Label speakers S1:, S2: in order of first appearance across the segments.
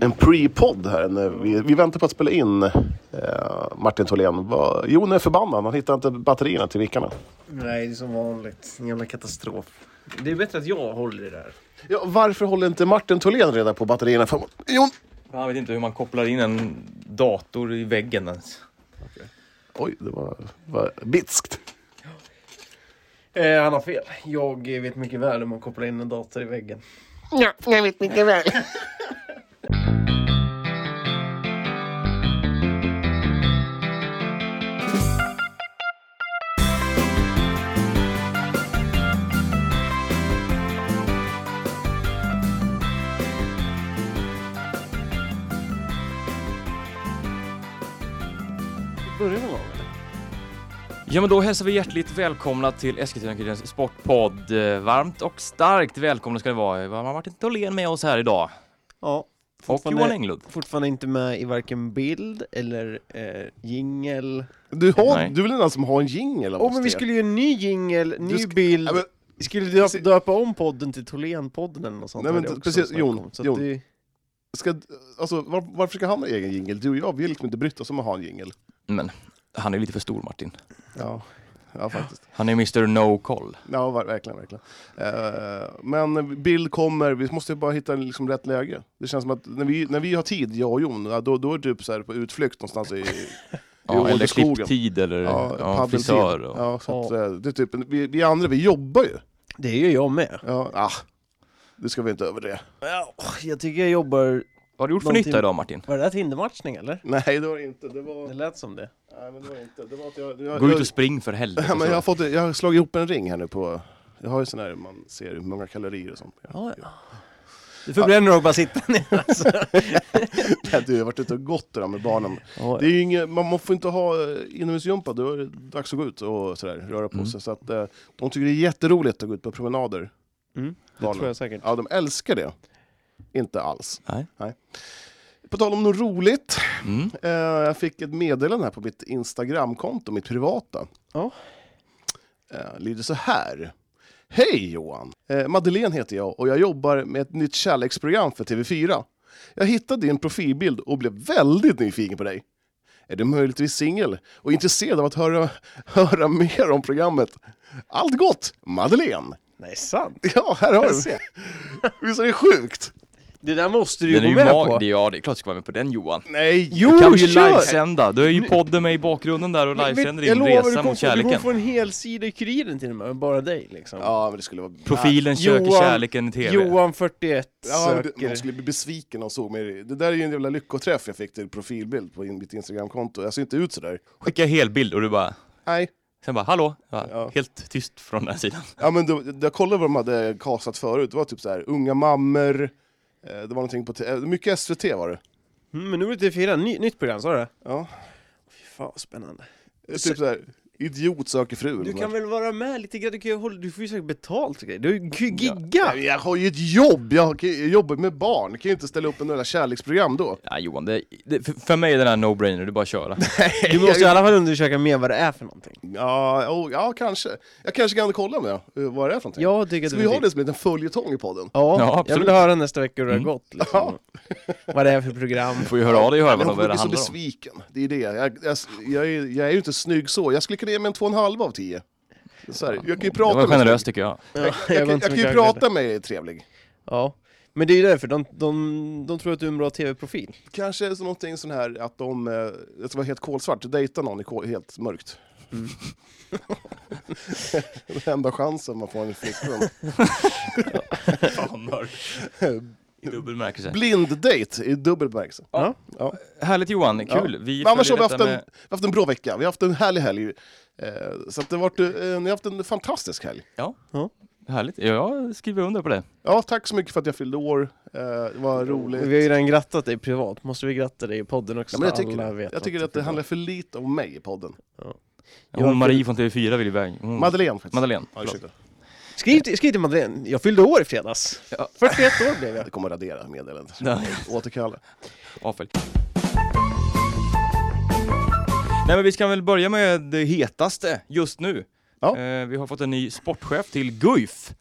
S1: en pre-podd här. En, Vi, vi väntar på att spela in eh, Martin Tholén. Va, Jon är förbannad. Han hittar inte batterierna till mickarna.
S2: Nej, det är som vanligt. En jävla katastrof.
S3: Det är bättre att jag håller i det här.
S1: Ja, varför håller inte Martin Tholén reda på batterierna? Fan, Jon!
S3: Jag vet inte hur man kopplar in en dator i väggen ens.
S1: Oj, det var, var bitskt.
S2: Eh, han har fel. Jag vet mycket väl hur man kopplar in en dator i väggen.
S4: Ja, jag vet mycket väl.
S5: Ja, men då hälsar vi hjärtligt välkomna till Eskilstuna-Kurirens sportpodd. Eh, Varmt och starkt välkomna ska ni vara. Vi har Martin Tholén med oss här idag.
S2: Ja.
S5: Och Johan Englund.
S2: Fortfarande inte med i varken bild eller eh, jingel.
S1: Du, har,
S5: Nej.
S1: du är väl den som har en jingel av
S2: Åh,
S1: oss
S2: men vi
S1: tre?
S2: skulle ju en ny jingel, ny
S1: sk-
S2: bild.
S1: Nej, men,
S2: Skulle du döpa,
S1: Se-
S2: döpa om podden till Thorlénpodden eller något sånt?
S1: Nej, men
S2: var det också
S1: precis,
S2: snack
S1: Jon,
S2: om. Så att
S1: Jon.
S2: du-
S1: ska, alltså, var, varför ska han ha egen jingel? Du och jag, vi har liksom inte brytt oss om att ha en jingel.
S5: Men han är lite för stor, Martin.
S1: Ja. ja, faktiskt.
S5: Han är Mr No Call.
S1: Ja, ver- verkligen. verkligen. Eh, men bild kommer, vi måste bara hitta liksom rätt läge. Det känns som att när vi, när vi har tid, jag och Jon, ja, då, då är det typ så här på utflykt någonstans i...
S5: Ja, eller
S1: ålderskogen.
S5: klipptid eller ja,
S1: paddeltid.
S5: frisör. Och...
S1: Ja, så att, eh, det är typ, vi, vi andra, vi jobbar ju.
S2: Det är ju jag med.
S1: Ja, ah, det ska vi inte över det.
S2: Ja, Jag tycker jag jobbar...
S5: Vad har du gjort för
S2: Någonting-
S5: nytta idag, Martin?
S2: Var det där Tindermatchning eller?
S1: Nej, det var det inte. Det
S2: Det
S1: var,
S2: lät som det.
S1: nej, men det var det inte. Det var att jag, jag,
S5: Gå
S1: jag,
S5: ut och alltså. spring för helvete.
S1: Ja, men jag, har
S5: så.
S1: fått, jag har slagit ihop en ring här nu på... Jag har ju sån här man ser hur många kalorier och sånt.
S2: Ja, ja. Du förbränner nog bara sitta ner alltså.
S1: Du har varit ute och gått där med barnen. Det är ju inget, man man får inte ha eh, inomhusgympa, då är det dags att gå ut och sådär, röra på
S5: Mm.
S1: sig. Så att, eh, de tycker det är jätteroligt att gå ut på promenader.
S2: Mm,
S1: barnen.
S2: tror jag säkert.
S1: Ja, de älskar det. Inte alls.
S5: Nej.
S1: På tal om något roligt,
S5: Mm.
S1: eh, jag fick ett meddelande här på mitt Instagramkonto, mitt privata.
S2: Ja.
S1: Eh, lyder så här. Hej Johan! Eh, Madeleine heter jag och jag jobbar med ett nytt kärleksprogram för TV4. Jag hittade din profilbild och blev väldigt nyfiken på dig. Är du möjligtvis singel och intresserad av att höra, höra mer om programmet? Allt gott! Madeleine!
S2: Nej, sant.
S1: Ja, här har du! Visst är det sjukt?
S2: Det där måste du ju
S5: Den är
S2: gå
S5: ju
S2: med
S5: mag...
S2: på.
S5: det- Ja, det är klart du ska vara med på den, Johan.
S1: Nej!
S2: Jo,
S5: kan vi ju
S2: kör!
S5: livesända. Du är ju podden med i bakgrunden där och livesänder
S2: jag
S5: din
S2: lovar, du
S5: resa
S2: kommer
S5: mot
S2: få- Du kommer
S5: kärleken.
S2: få en hel sida i Kuriren till och med, med bara dig liksom.
S1: Ja, men det skulle vara...
S5: Profilen söker
S2: Johan-
S5: kärleken i TV.
S2: Johan 41
S1: Ja, men det-
S2: söker...
S1: man skulle bli besviken om de såg mig. Det där är ju en jävla lyckoträff jag fick till profilbild på in- mitt Instagramkonto. Jag ser inte ut sådär.
S5: Skicka helbild och du bara...
S1: Nej.
S5: Sen bara, hallå? Ja,
S1: Ja.
S5: Helt tyst från den sidan.
S1: Ja, men då, jag kollade vad de hade kastat förut. Det var typ så här, unga mammor, eh, det var någonting på... te- eh, Mycket SVT var det.
S2: Mm, men nu är det TV4, ny, nytt program, sa du det?
S1: Ja.
S2: Fy fan vad spännande.
S1: Eh, Typ så här, idiot söker fru. eller
S2: Du
S1: något.
S2: kan väl vara med lite grann, du, kan ju hålla, du får ju säkert betalt och grejer. Du är ju gigga!
S1: Nej, men Jag har ju ett jobb! Jag, har- jag jobbar med barn. Jag kan ju inte ställa upp en jävla kärleksprogram då.
S5: Ja, Johan, det, det, för, för mig är den här no-brainer, det är bara att köra.
S2: Du måste ju i alla fall undersöka mer vad det är för någonting. typ.
S1: Ja, oh, ja kanske. Jag kanske kan kolla med eh, vad det är för någonting.
S2: Jag tycker att
S1: Ska
S2: du
S1: vi
S2: är
S1: ha det som en liten följetong i podden?
S2: Ja,
S5: Ja,
S2: jag
S5: absolut.
S2: vill höra nästa vecka hur det har
S5: Mm.
S2: gått liksom. Vad det är för program.
S5: Du får ju höra av dig och höra vad
S1: Jag
S5: vad
S1: kommer
S5: det
S1: bli så
S5: handlar om.
S1: besviken. Det är det. Jag, jag, jag, är, jag är ju inte snygg så. Jag skulle kunna ge mig en två och en halv av tio. Så här, jag kan ju
S5: Det
S1: prata
S5: var
S1: med
S5: generöst tycker jag.
S2: Ja,
S1: Jag,
S2: går
S1: kan- jag
S2: inte så
S1: kan ju
S2: mycket
S1: prata med dig trevlig.
S2: Ja, men det är ju därför, de, de, de tror att du är en bra tv-profil.
S1: Kanske är det någonting sån här att de, eh, det ska vara helt kolsvart, dejta någon i kol, helt mörkt. Den enda chansen man får en flickvän.
S5: Fan, mörkt. I dubbel bemärkelse.
S1: Blinddejt i dubbel bemärkelse.
S2: Ja.
S5: Härligt Johan,
S1: Ja.
S5: kul. Vi
S1: Men annars har vi
S5: följer
S1: haft,
S5: detta
S1: en,
S5: med...
S1: vi har haft en bra vecka, vi har haft en härlig helg. Eh, Så att det har varit, eh, ni har haft en fantastisk helg.
S5: Härligt, Ja, jag skriver under på det.
S1: Ja, tack så mycket för att jag fyllde år. Eh, Det var roligt.
S2: Vi har ju redan grattat dig privat, måste vi gratta dig i podden också?
S1: Ja, men jag
S2: så
S1: tycker,
S2: alla
S1: det.
S2: vet
S1: jag tycker
S2: du
S1: att det
S2: fyller Mm.
S1: handlar för lite om mig i podden.
S5: Hon
S2: Jag-
S5: Marie från TV4 vill iväg. Hon...
S1: Madeleine faktiskt.
S5: Madeleine.
S1: Ja, ursäkta.
S2: år. skriv, till, skriv till Madeleine, jag fyllde år i fredags!
S5: Ja.
S2: 41 år blev jag!
S1: Jag kommer att radera meddelandet.
S5: Nej,
S1: Återkalla.
S5: avfölj. Nej men vi ska väl börja med det hetaste just nu.
S1: Ja.
S5: Eh, vi har fått en ny sportchef till Guif.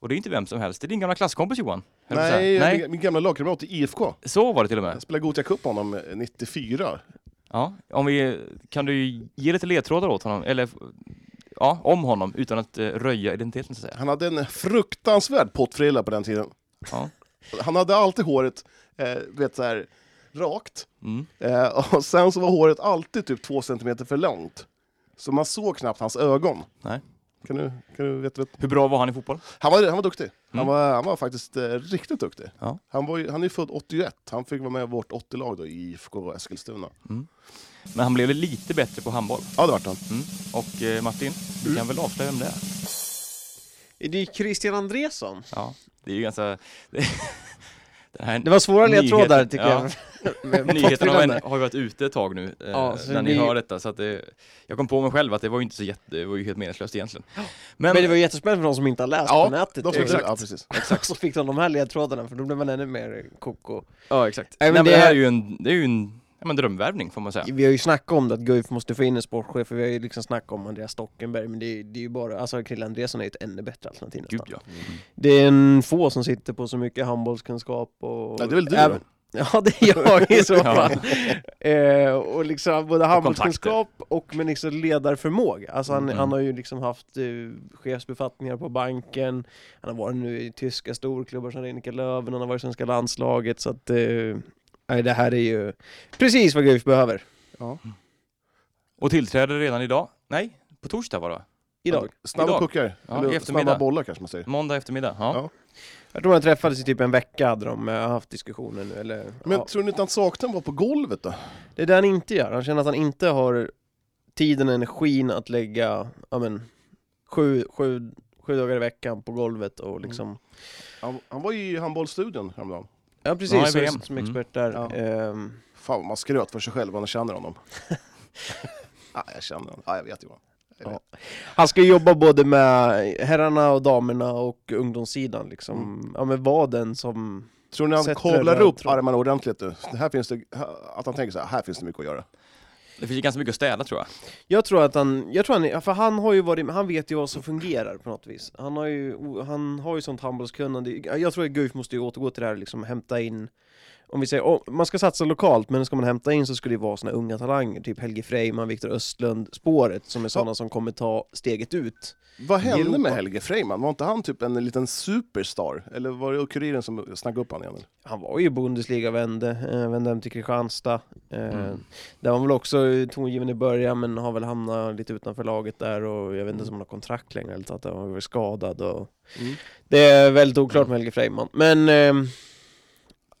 S5: Och det är inte vem som helst, det är din gamla klasskompis Johan. höll jag på att
S1: Nej,
S5: säga.
S1: Min, min gamla lagkamrat i IFK.
S5: Så var det till och med.
S1: Jag spelade Gothia Cup med honom eh, 94.
S5: Ja, om vi, kan du ge lite ledtrådar åt honom, eller ja, om honom, utan att eh, röja identiteten så att säga.
S1: Han hade en fruktansvärd pottfrilla på den tiden.
S5: Ja.
S1: Han hade alltid håret, eh, vet så här, rakt.
S5: Mm.
S1: Eh, och sen så var håret alltid typ två centimeter för långt. Så man såg knappt hans ögon.
S5: Nej.
S1: Kan du, kan du veta, veta?
S5: Hur bra var han i fotboll?
S1: Han, var, han var duktig. Han,
S5: Mm.
S1: var, han var faktiskt eh, riktigt duktig.
S5: Ja.
S1: Han, var, ju- han är ju född 81. Han fick vara med i vårt 80-lag då, i IFK Eskilstuna.
S5: Men han blev väl lite bättre på handboll.
S1: Ja, det vart han.
S5: Mm. Och eh, Martin, du
S1: Mm.
S5: kan väl avslöja vem det är?
S6: Är det Christian Andresson?
S5: Ja, det är ju ganska... det, här,
S2: Det var svåra
S5: Nyheter.
S2: ledtrådar tycker
S5: Ja.
S2: jag.
S5: Nyheterna har,
S2: Pottfrillan
S5: en, har ju varit ute ett tag nu eh,
S2: Ja, så
S5: när ni
S2: det-
S5: hör detta. Så att det, jag kom på mig själv att det var ju inte så jätte, det var ju helt meningslöst egentligen. Men,
S2: Men det var ju jättespännande för de som inte har läst
S1: Ja,
S2: på nätet.
S1: De som-
S2: Exakt.
S1: Ja, precis.
S2: Så fick de de här ledtrådarna för då blev man ännu mer koko.
S5: ja, exakt.
S2: Nej, men
S5: Nej, men
S2: det
S5: det
S2: är-
S5: här är ju en, det är ju en ja, men drömvärvning får man säga.
S2: Vi har ju snackat om det att Guif måste få in en sportchef, för vi har ju liksom snackat om Andreas Stockenberg, men det är, det är ju bara, alltså Krille Andreasson är ju ett ännu bättre alternativ
S5: Gud
S2: nästan.
S5: ja.
S2: Det är en få som sitter på så mycket handbollskunskap och...
S1: Ja, det är väl du
S2: Även- Ja, det är jag i så fall. eh, och liksom både handbollskunskap och men liksom ledarförmåga. Alltså han,
S5: Mm.
S2: han har ju liksom haft eh, chefsbefattningar på banken, han har varit nu i tyska storklubbar som Renike Löven, han har varit i svenska landslaget så att eh, nej, det här är ju precis vad Guif behöver
S5: Och tillträder redan idag? Nej, på torsdag var det va?
S2: idag.
S1: Snabba
S5: Idag.
S1: puckar.
S5: Ja, i
S1: Eller
S5: eftermiddag. Mm.
S1: snabba bollar kanske man säger.
S5: Måndag eftermiddag? Ja.
S1: Ja.
S2: Jag tror han träffades i typ en vecka hade de eh, haft diskussioner nu eller
S1: Men
S2: ja.
S1: tror ni inte han saknar att vara på golvet då?
S2: Det är det han inte gör, han känner att han inte har tiden och energin att lägga, ja men, sju, sju, sju dagar i veckan på golvet
S5: Mm.
S2: och liksom
S1: Han, han var ju i handbollsstudion häromdagen.
S2: Ja
S5: Ja, i
S2: precis,
S5: VM.
S2: som, som
S5: Mm.
S2: expert där.
S1: Ja.
S2: Ehm,
S1: Fan vad man skröt för sig själv vad man känner honom. ah, jag känner honom. Ah, jag vet Johan. Jag vet.
S2: han ska ju jobba både med herrarna och damerna och ungdomssidan liksom.
S5: Mm.
S2: Ja men var den som...
S1: Tror ni han
S2: Sätter
S1: kavlar
S2: röd
S1: upp
S2: tråd.
S1: armarna ordentligt nu? Det här finns det, att han tänker så här, här finns det mycket att göra.
S5: Det finns ju ganska mycket att städa tror jag.
S2: Jag tror att han, jag tror han, är- för han har ju varit, han vet ju vad som fungerar på något vis. Han har ju, han har ju sånt handbollskunnande. Jag tror att Guif måste ju återgå till det här liksom, hämta in om vi säger, oh, man ska satsa lokalt, men ska man hämta in så skulle det vara såna unga talanger, typ Helge Freiman, Viktor Östlund, spåret, som är sådana som kommer ta steget ut.
S1: Vad hände
S2: Europa.
S1: med Helge Freiman? Var inte han typ en liten superstar? Eller var det Kuriren som snaggade upp honom igen?
S2: Han var ju Bundesliga-vände, eh, vände hem till Kristianstad. Eh, Där var han väl också eh, tongivande i början men har väl hamnat lite utanför laget där och jag vet inte om han har kontrakt längre eller så att han var väl skadad och...
S1: Mm.
S2: Det är väldigt oklart med Helge Freiman. Men... ehm,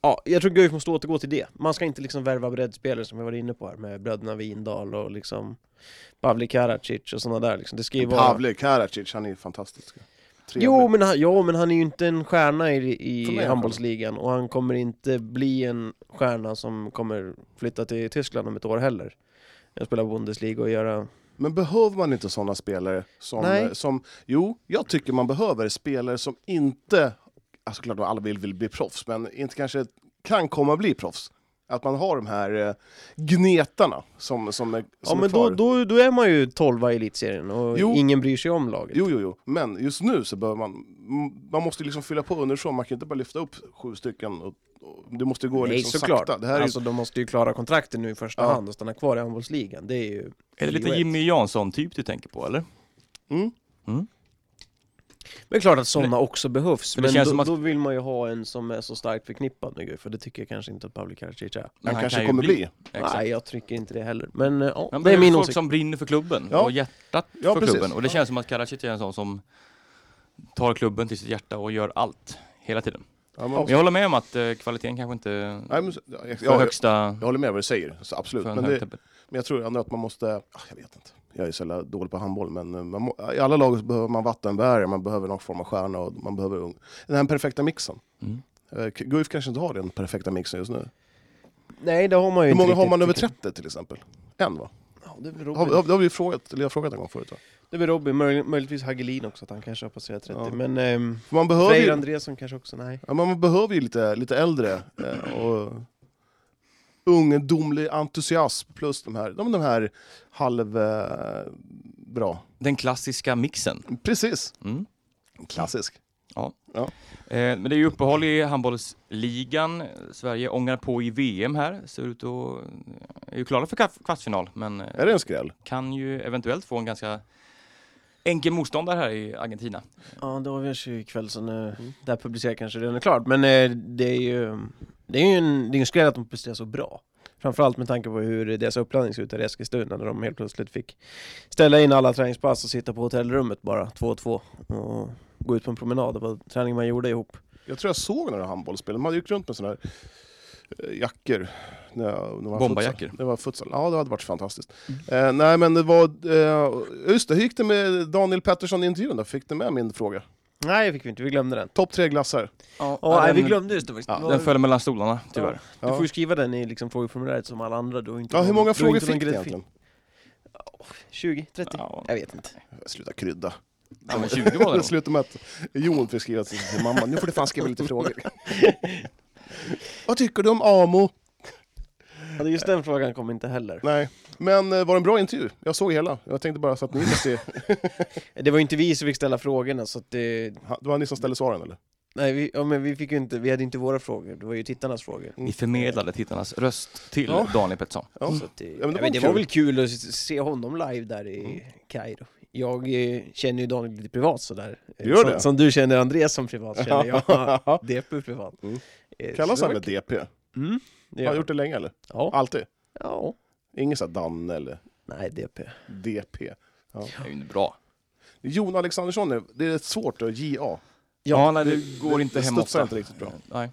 S2: ja, jag tror Guif måste återgå till det. Man ska inte liksom värva breddspelare som vi var inne på här med bröderna Windahl och liksom Pavlik Karacic och sådana där liksom. Det ska ju vara...
S1: Pavle Karacic, han är ju fantastisk. Trevlig.
S2: Jo men, han, jo men han är ju inte en stjärna i,
S1: För mig
S2: i
S1: är han
S2: handbollsligan och han kommer inte bli en stjärna som kommer flytta till Tyskland om ett år heller. Jag spelar Bundesliga och göra...
S1: Men behöver man inte sådana spelare som, eh,
S2: Nej.
S1: som... Jo, jag tycker man behöver spelare som inte... Alltså klart att alla vill, vill bli proffs, men inte kanske kan komma att bli proffs. Att man har de här eh, gnetarna som, som är,
S2: Ja
S1: som är
S2: men då,
S1: kvar.
S2: då, då är man ju 12 i elitserien och
S1: Jo.
S2: ingen bryr sig om laget.
S1: Jo, jo, jo. Men just nu så behöver man... m- Man måste ju liksom fylla på underifrån. Man kan inte bara lyfta upp sju stycken. Och, och, du måste gå
S2: Nej
S1: liksom
S2: såklart,
S1: sakta. Det här är ju
S2: alltså de måste ju klara kontrakten nu i första
S1: Ja.
S2: hand och stanna kvar i handbollsligan. Det är ju...
S5: Är det lite
S2: givet.
S5: Jimmy Jansson-typ du tänker på eller?
S2: Men klart att sådana också behövs,
S5: det
S2: men då,
S5: känns som att-
S2: då vill man ju ha en som är så starkt förknippad med Guif, för det tycker jag kanske inte att Pavlik Karacic är.
S5: Men
S1: han kanske
S5: kan ju
S1: kommer bli.
S5: Exakt.
S2: Nej jag tycker inte det heller, men eh, ja,
S5: Han
S2: det är
S5: behöver
S2: min
S5: folk
S2: åsikt.
S5: som brinner för klubben
S1: Ja.
S5: och hjärtat
S1: Ja,
S5: för
S1: precis.
S5: klubben. Och det känns som att Karacic är en sån som tar klubben till sitt hjärta och gör allt hela tiden.
S1: Ja, man
S5: Men
S1: måste-
S5: jag håller med om att eh, kvaliteten kanske inte
S1: Nej, men så- ja, jag-
S5: för
S1: jag-
S5: högsta...
S1: Jag håller med vad du säger, så absolut.
S5: För en
S1: Men,
S5: hög
S1: det,
S5: tabell.
S1: men jag tror ändå att man måste... ah, Jag vet inte. Jag är så jävla dålig på handboll, men eh, man må, i alla lag så behöver man vattenbärare, man behöver någon form av stjärna och man behöver ung. den här perfekta mixen.
S5: Mm.
S1: Eh, K- Guif kanske inte har den perfekta mixen just nu.
S2: Nej det har man ju
S1: Hur
S2: inte
S1: många har
S2: riktigt,
S1: man över
S2: tycker
S1: 30 till exempel? En va?
S2: jag. Ja, det är väl
S1: Har,
S2: Robin,
S1: har, det har vi frågat, eller jag har frågat en gång förut va?
S2: det är väl Robin. Möj, möjligtvis Hagelin också, att han kanske har passerat 30,
S1: Ja.
S2: men ehm,
S1: För man, behöver
S2: Freir
S1: ju,
S2: Andreasson kanske också, nej.
S1: ja, man behöver ju lite, lite äldre eh, och ungdomlig entusiasm plus de här, de, de här halv... Eh, bra.
S5: Den klassiska mixen.
S1: Precis,
S5: Mm.
S1: klassisk.
S5: Eh, men det är ju uppehåll i handbollsligan. Sverige ångar på i VM här. Ser ut att... Är ju klara för kaf- kvartsfinal, men eh,
S1: Är det en skräll?
S5: kan ju eventuellt få en ganska enkel motståndare här i Argentina.
S2: Ja, det avgörs ju ikväll så nu,
S1: Mm.
S2: det här publicerar kanske redan är klart. Men eh, det är ju, det är ju en, det är en skräll att de presterar så bra. Framförallt med tanke på hur deras uppladdning såg ut där i Eskilstuna när de helt plötsligt fick ställa in alla träningspass och sitta på hotellrummet bara, två och två. Och gå ut på en promenad, det var träning man gjorde ihop.
S1: Jag tror jag såg några handbollsspel. De hade ju runt med sådana här eh, jackor. När jag- när man
S5: Bombarjackor.
S1: futsal. Det var futsal. Ja, det hade varit fantastiskt. Eh, nej, men det var... Eh, just det, hur gick det med Daniel Pettersson i intervjun då? Fick du med min fråga?
S2: Nej, det fick vi inte, vi glömde den.
S1: Topp tre glassar.
S5: Ja,
S2: Ja, nej,
S5: den,
S2: vi glömde just det faktiskt.
S1: Ja,
S2: Det var-
S5: den föll mellan stolarna, tyvärr.
S2: Du får ju skriva den i liksom frågeformuläret som alla andra. Du har inte
S1: Ja, hur många
S2: du har
S1: frågor
S2: inte någon
S1: fick du
S2: gräddfil.
S1: egentligen?
S2: 20, 30?
S5: Ja.
S2: Jag vet inte.
S1: Sluta krydda.
S5: Ja, men 20 var det
S1: Det
S5: nog.
S1: slutar med att Jon fick skriva till sin mamma, nu får du fan skriva lite frågor. Vad tycker du om AMO?
S2: Ja, det är Just den frågan kom inte heller.
S1: Nej, men eh, var det en bra intervju? Jag såg hela. Jag tänkte bara så att ni fick se.
S2: Det var ju inte vi som fick ställa frågorna så att det...
S1: Ha- Det var ni som ställde svaren eller?
S2: Nej, vi, ja, men vi, fick ju inte, vi hade inte våra frågor, det var ju tittarnas frågor.
S5: Vi förmedlade tittarnas röst till
S1: Ja.
S5: Daniel Pettersson.
S1: Ja.
S2: Så att det,
S1: men det
S2: ja, men det,
S1: var
S2: var,
S1: kul. Mm.
S2: väl kul att s- se honom live där i Kairo. Jag eh, känner ju Daniel lite privat sådär. Eh,
S1: Gör
S2: som,
S1: det?
S2: som du känner Andreas som privat känner jag DP privat.
S1: Mm.
S2: Eh, så
S1: Kallas
S2: det
S1: han
S2: var
S1: väl DP? Har
S2: kul. Mm, det
S1: han
S2: gör han.
S1: gjort det länge eller?
S2: Ja.
S1: Alltid?
S2: ja.
S1: Ingen sån här Danne eller
S2: Nej, DP.
S1: DP?
S5: Det är ju inte bra.
S1: Jon Alexandersson, är- det är rätt svårt att JA.
S5: Ja, nej, det går inte
S1: det
S5: hem
S1: studsar
S5: ofta. Eh,
S1: inte riktigt bra.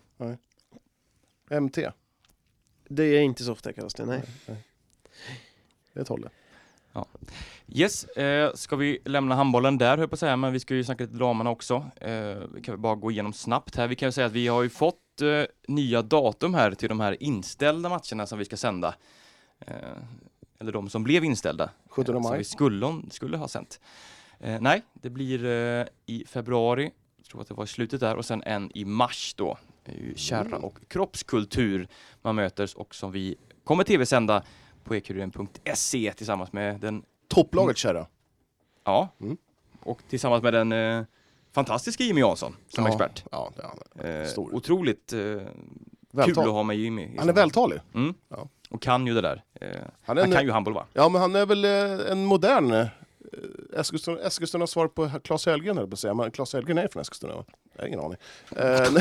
S5: Nej.
S1: MT, det
S2: Det är inte så ofta kallas det, nej.
S1: är ett håll.
S5: Yes, eh, ska vi lämna handbollen där höll jag på att säga, men vi ska ju snacka lite damerna också. Eh, vi kan väl bara gå igenom snabbt här. Vi kan ju säga att vi har ju fått eh, nya datum här till de här inställda matcherna som vi ska sända. Eh, eller de som blev inställda.
S1: 17
S5: Som
S1: maj.
S5: Eh, vi skulle, skulle ha sänt. Eh, nej, det blir eh, i februari, jag tror att det var i slutet där, och sen en i mars då. Det är ju kärra
S1: Mm.
S5: och kroppskultur man möters och som vi kommer tv-sända på ekuriren.se tillsammans med den,
S1: Topplaget kärra.
S5: ja,
S1: Mm.
S5: och tillsammans med den eh, fantastiska Jimmy Jansson som
S1: Ja.
S5: expert.
S1: Ja, det är han.
S5: Eh,
S1: Stor.
S5: otroligt eh, kul att
S1: Vältal.
S5: ha med Jimmy. i
S1: Han är
S5: sammanhanget.
S1: vältalig.
S5: Mm.
S1: Ja.
S5: Och kan ju det där. Eh,
S1: Han är en
S5: han kan ju handboll va?
S1: Ja, men han är väl eh, en modern... eh, Eskilstuna, Eskilstuna svar på Claes Helgen höll jag på att säga, men Claes Helgen är från Eskilstuna va? Jag har ingen aning. Eh,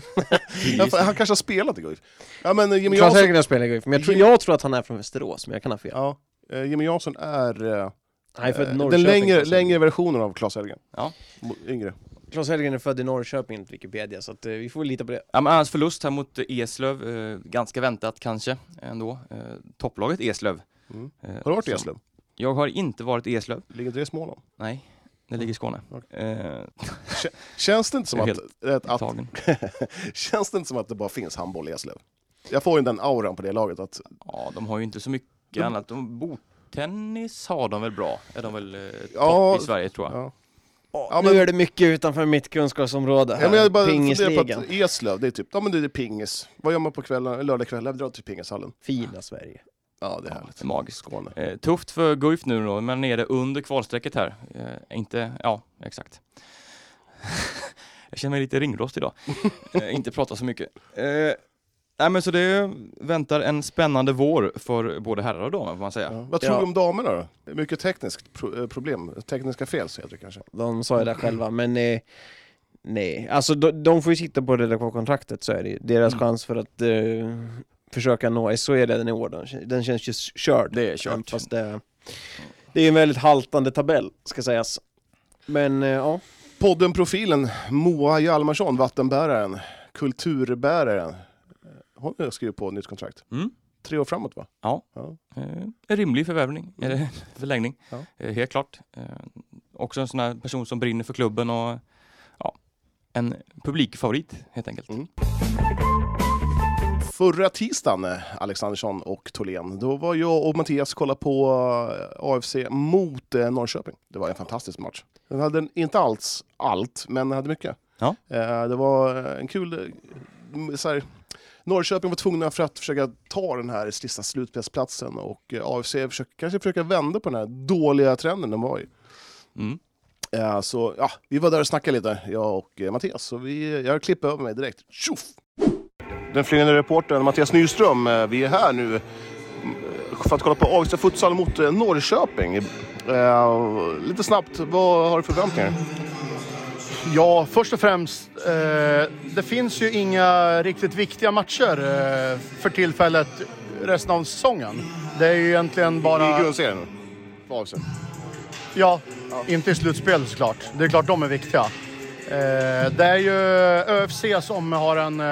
S1: nej, han kanske har spelat i Guif. Ja, men eh, Jimmy
S2: Klas
S1: Jansson,
S2: Hägergren spelar i Guif, men jag tror, jag tror att han är från Västerås, men jag kan ha fel.
S1: ja, eh, Jimmy Jansson är eh,
S2: Han är född i
S1: eh, den
S2: Norrköping,
S1: längre,
S2: Claes Hägergren.
S1: längre versionen av Claes Helgen.
S5: Ja.
S1: Mo- Yngre.
S2: Claes Helgren är född i Norrköping enligt Wikipedia, så att, eh, vi får lita på det.
S5: Ja, men hans förlust här mot eh, Eslöv, eh, ganska väntat kanske ändå. Eh, topplaget Eslöv.
S1: Mm.
S5: Eh,
S1: Har du varit i
S5: som-
S1: Eslöv?
S5: Jag har inte varit i Eslöv.
S1: Ligger inte det i Småland?
S5: Nej, det ligger i Skåne.
S1: Mm,
S5: Eh,
S1: Känns det inte som
S5: Jag
S1: att,
S5: är
S1: att, att,
S5: tagen.
S1: känns det, inte som att det bara finns handboll i Eslöv? Jag får ju den auran på det laget att
S5: Ja, de har ju inte så mycket annat. De, bordtennis har de väl bra? Är de väl eh,
S1: Ja,
S5: topp i Sverige tror jag.
S1: ja.
S2: Ja, men... Nu är det mycket utanför mitt kunskapsområde här.
S1: Ja, men jag bara funderar på
S2: Pingisligan.
S1: att Eslöv, det är typ, ja men det är pingis. Vad gör man på kvällen, lördagskvällen? Vi drar till pingishallen.
S2: Fina Sverige.
S1: Ja, det är
S5: Ja,
S1: härligt.
S5: lite magiskt.
S1: Skåne.
S5: Eh, tufft för Guif nu då, men nere under kvalstrecket här. Eh, inte, ja, exakt. Jag känner mig lite ringrost idag. Eh, inte prata så mycket. Eh, nej men så det väntar en spännande vår för både herrar och damer får man säga.
S1: Ja. Vad tror
S2: Ja.
S1: du om damerna då? Mycket tekniskt pro- eh, problem, tekniska fel så heter det kanske.
S2: De sa ju det själva, men eh, nej. Alltså de, de får ju sitta på det där kontraktet, så är det ju. Deras chans för att eh, försöka nå SHE redan i år, den, kän- den känns ju s- körd.
S5: Det är kört.
S2: Även Fast det, det är en väldigt haltande tabell, ska sägas. Men eh, ja,
S1: Podden Profilen, Moa Hjalmarsson, vattenbäraren, kulturbäraren. Hon har skrivit på ett nytt kontrakt.
S5: Mm.
S1: Tre år framåt va?
S5: Eh, en rimlig förvärvning, eller förlängning,
S1: Mm. Ja.
S5: eh, helt klart. Eh, också en sån här person som brinner för klubben och ja, en publikfavorit helt enkelt.
S1: Mm. Förra tisdagen, eh, Alexandersson och Tholén, då var jag och Mattias kolla på eh, AFC mot eh, Norrköping. Det var en fantastisk match. Den hade en- inte alls allt, men den hade mycket.
S5: Ja.
S1: Eh, Det var eh, en kul... eh, m- Så här, Norrköping var tvungna för att försöka ta den här sista slutspelsplatsen och eh, AFC försöker, kanske försöka vända på den här dåliga trenden de var i.
S5: Mm.
S1: Eh, Så ja, vi var där och snackade lite, jag och eh, Mattias. Så vi, jag klipper över mig direkt. Tjoff! Den flygande reportern Mattias Nyström, eh, vi är här nu eh, för att kolla på Avesta Futsal mot eh, Norrköping. Eh, Lite snabbt, vad har du för förväntningar?
S7: Ja, först och främst. Eh, det finns ju inga riktigt viktiga matcher eh, för tillfället resten av säsongen. Det är ju egentligen
S1: I
S7: bara...
S1: grundserien? På Avesta?
S7: Ja, inte i slutspel såklart. Det är klart de är viktiga. Eh, det är ju ÖFC som har en... Eh,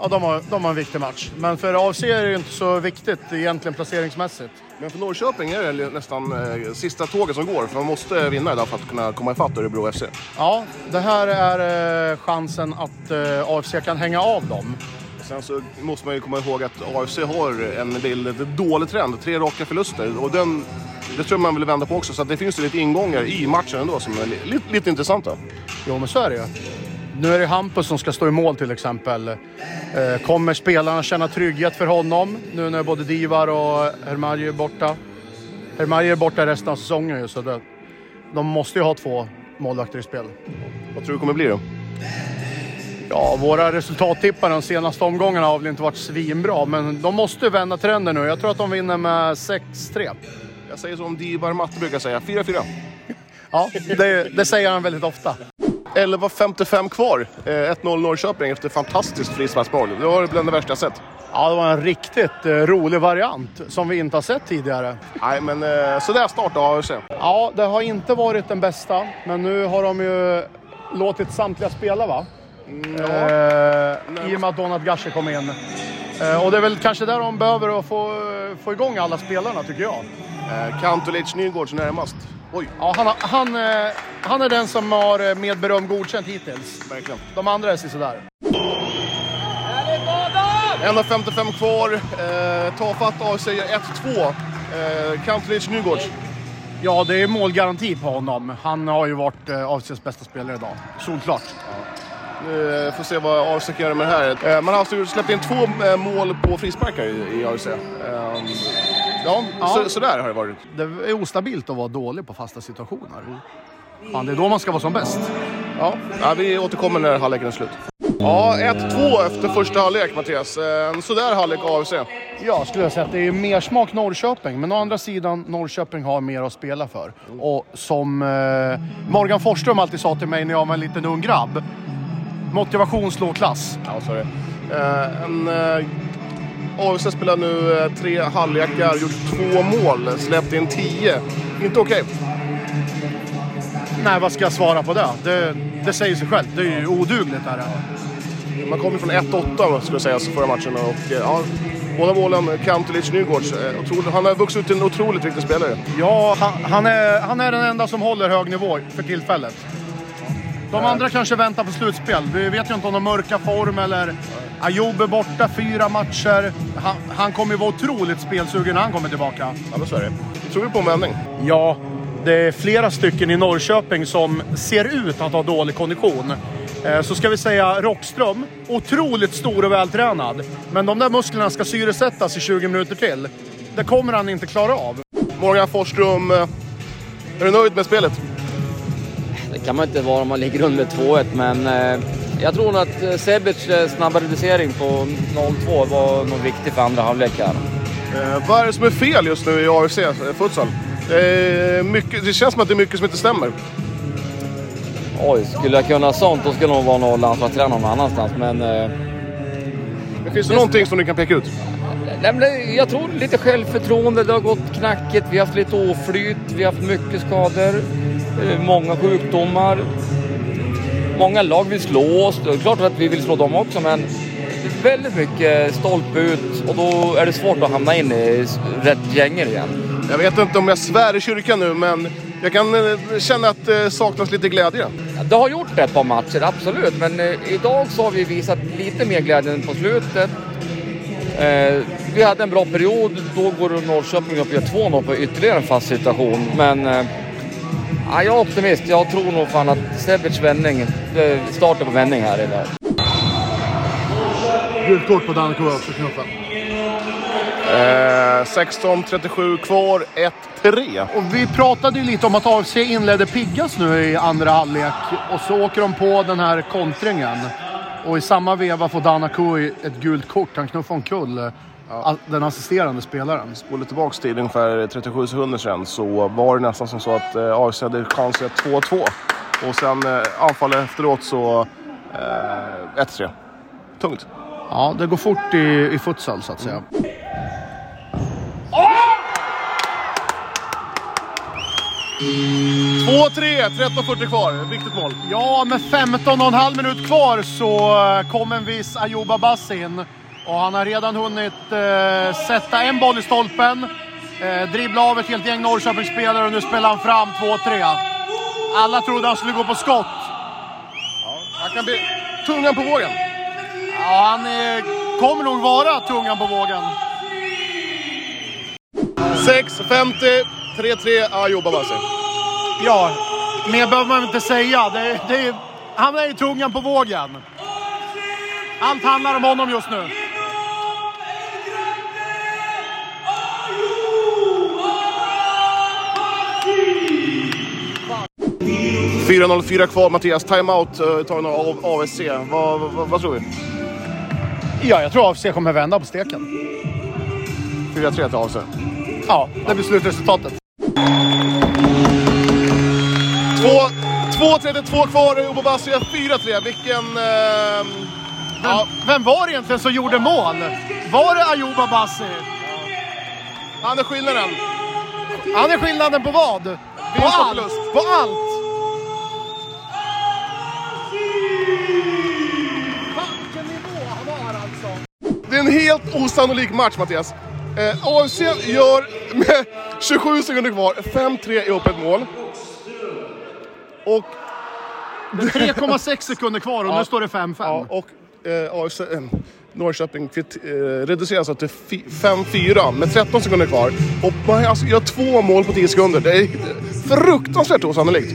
S7: ja, de har, de har en viktig match. Men för AFC är det ju inte så viktigt egentligen placeringsmässigt.
S1: Men för Norrköping är det nästan eh, sista tåget som går, för man måste vinna idag för att kunna komma ifatt Örebro FC.
S7: Ja, det här är eh, chansen att eh, AFC kan hänga av dem.
S1: Sen så måste man ju komma ihåg att AFC har en lite dålig trend, tre raka förluster. Och den, det tror jag man vill vända på också, så att det finns ju lite ingångar i matchen ändå som är li, lite, lite intressanta.
S7: Jo, men så är det ju. Nu är det Hampus som ska stå i mål till exempel. Eh, kommer spelarna känna trygghet för honom nu när både Divar och Hermaji är borta? Hermaji är borta resten av säsongen ju, så det, de måste ju ha två målvakter i spel.
S1: Vad tror du kommer bli då?
S7: Ja, våra resultattippar de senaste omgångarna har väl inte varit svinbra, men de måste vända trenden nu. Jag tror att de vinner med 6-3.
S1: Jag säger som Dibar Matte brukar säga, 4-4.
S7: Ja, det, det säger han väldigt ofta.
S1: 11.55 kvar. Eh, 1-0 Norrköping efter fantastiskt frisparksmål. Det var bland det värsta jag sett.
S7: Ja, det var en riktigt eh, rolig variant som vi inte har sett tidigare.
S1: Nej, men eh, sådär start av AFC.
S7: Ja, det har inte varit den bästa, men nu har de ju låtit samtliga spela va? Eh, I och med att Donat Gashi kom in. Eh, och det är väl kanske där de behöver att få, få igång alla spelarna tycker jag.
S1: Eh, Kantulic Nygårds närmast. Oj,
S7: Ja, han, har- han, eh, han är den som har eh, med beröm godkänt hittills.
S1: verkligen.
S7: De andra är sådär.
S1: 1.55 kvar. Eh, tafatt AFC gör 1-2. Eh, Kantulic Nygårds.
S7: Ja, det är målgaranti på honom. Han har ju varit eh, AFCs bästa spelare idag. Solklart.
S1: Nu eh, får se vad AFC kan göra med det här. Eh, Man har alltså släppt in två eh, mål på frisparkar i i AFC. Ehm, Ja,
S7: Ja.
S1: Så, sådär har det varit.
S7: Det är ostabilt att vara dålig på fasta situationer. Fan, det är då man ska vara som bäst.
S1: Ja. Ja, vi återkommer när halvleken är slut. Ja, 1-2 efter första halvlek, Mattias. Eh, En sådär halvlek AFC.
S7: Ja, skulle jag säga att det är mer smak Norrköping. Men å andra sidan, Norrköping har mer att spela för. Och som eh, Morgan Forsström alltid sa till mig när jag var en liten ung grabb. Motivation slår klass.
S1: Ja, sorry. Eh, En, eh, AFC spelar nu eh, tre halvlekar, gjort två mål, släppt in tio. Inte okej.
S7: Nej, vad ska jag svara på det? Det, det säger sig självt. Det är ju odugligt. Där.
S1: Man kom ju från 1-8 skulle jag säga, förra matchen. Och, eh, ja, båda målen, Kantulic Nygårds. eh, otroligt- Han har vuxit ut till en otroligt viktig spelare.
S7: Ja, han, han, är, han är den enda som håller hög nivå för tillfället. De andra kanske väntar på slutspel. Vi vet ju inte om de mörkar form eller... Ayoub är borta fyra matcher. Han, han kommer ju vara otroligt spelsugen när han kommer tillbaka.
S1: Ja, men så är det. Tror vi på en vändning?
S7: Ja, det är flera stycken i Norrköping som ser ut att ha dålig kondition. Eh, Så ska vi säga Rockström, otroligt stor och vältränad. Men de där musklerna ska syresättas i 20 minuter till. Det kommer han inte klara av.
S1: Morgan Forsström, eh, är du nöjd med spelet?
S8: Det kan man inte vara om man ligger under med 2-1, men eh, jag tror nog att eh, Sebic eh, snabba reducering på 0-2 var nog viktig för andra halvlek här.
S1: Eh, vad är det som är fel just nu i AFC eh, futsal? Eh, mycket, det känns som att det är mycket som inte stämmer.
S8: Oj, skulle jag kunna sånt då skulle jag nog vara någon landslagstränare någon annanstans, men... Eh,
S1: Men finns det någonting som du kan peka ut?
S8: nej, men det- jag tror lite självförtroende, det har gått knackigt, vi har haft lite oflyt, vi har haft mycket skador, eh, många sjukdomar. Många lag vill slå oss, det är klart att vi vill slå dem också, men väldigt mycket stolpe ut och då är det svårt att hamna in i s- rätt gänger igen.
S1: Jag vet inte om jag svär i kyrkan nu, men jag kan eh, känna att det saknas lite glädje.
S8: Det har gjort ett par matcher, absolut. Men eh, idag så har vi visat lite mer glädje än på slutet. Eh, vi hade en bra period. Då går Norrköping upp och gör 2-0 på ytterligare en fast situation. Men eh, ja, jag är optimist. Jag tror nog fan att Sebic vändning, eh, starten på vändning här idag.
S7: Gult kort på Danko också knuffen.
S1: Eh, Eh, 16.37 kvar, 1-3.
S7: Och vi pratade ju lite om att AFC inledde piggast nu i andra halvlek och så åker de på den här kontringen. Och i samma veva får Dana Kui ett gult kort. Han knuffar omkull eh, a- den assisterande spelaren.
S1: Spola tillbaka till ungefär 37 sekunder sedan så var det nästan som så att eh, AFC hade chans till 2-2. Och sen eh, anfallet efteråt så eh, 1-3. Tungt.
S7: Ja, det går fort i, i futsal så att säga.
S1: Två, tre, 13.40 kvar. Viktigt mål.
S7: Ja, med 15 och en halv minut kvar så eh, kom en viss Ayoub Abbas in. Och han har redan hunnit eh, sätta en boll i stolpen, eh, dribbla av ett helt gäng Norrköpingsspelare och nu spelar han fram 2-3. Alla trodde han skulle gå på skott.
S1: Han kan bli tungan på vågen.
S7: Ja, han eh, kommer nog vara tungan på vågen.
S1: 6.50, 3-3, Ayoub Abassi.
S7: Ja, mer behöver man inte säga. Det, det, han är ju tungan på vågen. Allt handlar om honom just nu.
S1: Fan. 4.04 kvar, Mattias. Timeout eh, tagen av AFC. Vad, vad, vad tror vi?
S7: Ja, jag tror AFC kommer vända på steken.
S1: 4-3 till AFC.
S7: Ja, det blir slutresultatet.
S1: 2.32 kvar, Ayoub Abassi 4-3. Vilken... Eh, ja,
S7: Vem var det egentligen som gjorde mål? Var det Ayoub Abassi?
S1: han är skillnaden.
S7: Han är skillnaden på vad? På
S1: och
S7: allt!
S1: förlust.
S7: På allt!
S1: Det är en helt osannolik match Mattias. Eh, AFC gör med 27 sekunder kvar 5-3 i öppet mål. Och,
S7: Det är 3,6 sekunder kvar och nu står det 5-5.
S1: ja, och eh, AFC, eh, Norrköping kvitt, eh, reduceras alltså till fi- 5-4 med 13 sekunder kvar. Och man alltså, gör två mål på 10 sekunder. Det är fruktansvärt osannolikt.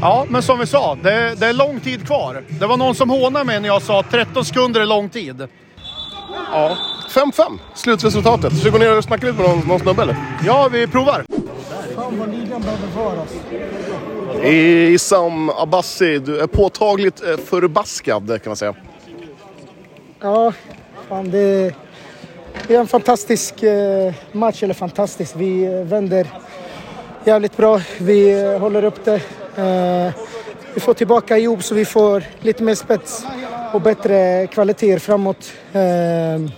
S7: Ja, men som vi sa, det, det är lång tid kvar. Det var någon som hånade mig när jag sa 13 sekunder är lång tid.
S1: 5-5, slutresultatet. Ska vi gå ner och snacka lite med någon, någon snubbe eller?
S7: Ja, vi provar.
S1: Isam Abbasi, du är påtagligt eh, förbaskad kan man säga.
S9: Ja, fan det, det är en fantastisk eh, match. Eller fantastisk, vi eh, vänder jävligt bra. Vi eh, håller upp det. Eh, Vi får tillbaka jobb så vi får lite mer spets och bättre kvaliteter framåt. Eh,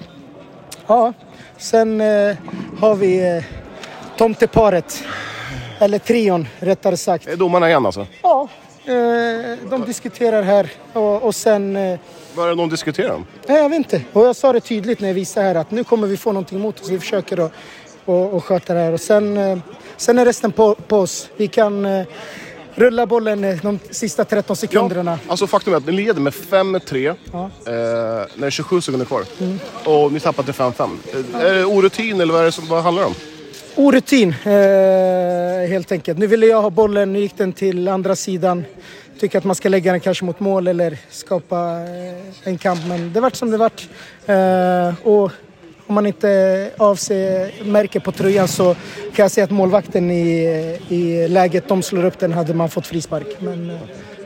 S9: Ja, sen eh, har vi eh, tomteparet. Eller trion rättare sagt.
S1: Är domarna igen alltså?
S9: Ja, eh, de diskuterar här och, och sen eh,
S1: Vad är det de diskuterar om?
S9: Nej, jag vet inte. Och jag sa det tydligt när jag visade här att nu kommer vi få någonting emot oss. Vi försöker att, att, att sköta det här. Och sen, eh, sen är resten på, på oss. Vi kan eh, rulla bollen eh, de sista 13 sekunderna.
S1: Alltså faktum är att ni leder med 5-3
S9: Ja.
S1: eh, när det är 27 sekunder kvar. Och ni tappar till 5-5. Eh, Är det orutin eller vad, är det som, vad handlar det om?
S9: Orutin, Oh, eh, helt enkelt. Nu ville jag ha bollen, nu gick den till andra sidan. Tycker att man ska lägga den kanske mot mål eller skapa eh, en kamp, men det vart som det vart. Eh, och om man inte avser märke på tröjan så kan jag säga att målvakten i, i läget de slår upp den hade man fått frispark. Men eh,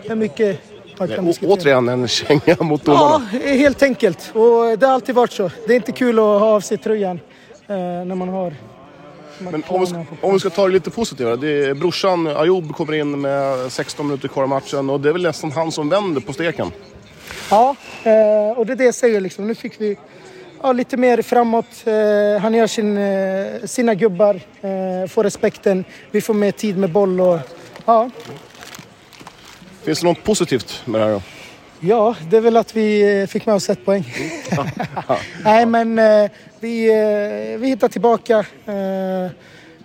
S9: det är mycket man kan
S1: Å-
S9: diskutera.
S1: återigen en känga mot
S9: Ja, eh,
S1: domarna.
S9: helt enkelt. Och det har alltid varit så. Det är inte kul att ha av sig tröjan eh, när man har...
S1: Men om vi, ska, om vi ska ta det lite positivare. Det är brorsan Ayoub kommer in med 16 minuter kvar i matchen och det är väl nästan han som vänder på steken.
S9: Ja, eh, och det är det jag säger. Liksom. Nu fick vi ja, lite mer framåt. Eh, Han gör sin, eh, sina gubbar, eh, får respekten. Vi får mer tid med boll. Och, ja.
S1: Finns det något positivt med det här då?
S9: ja, det är väl att vi eh, fick med oss ett poäng. Nej, men eh, vi, eh, vi hittar tillbaka. Eh,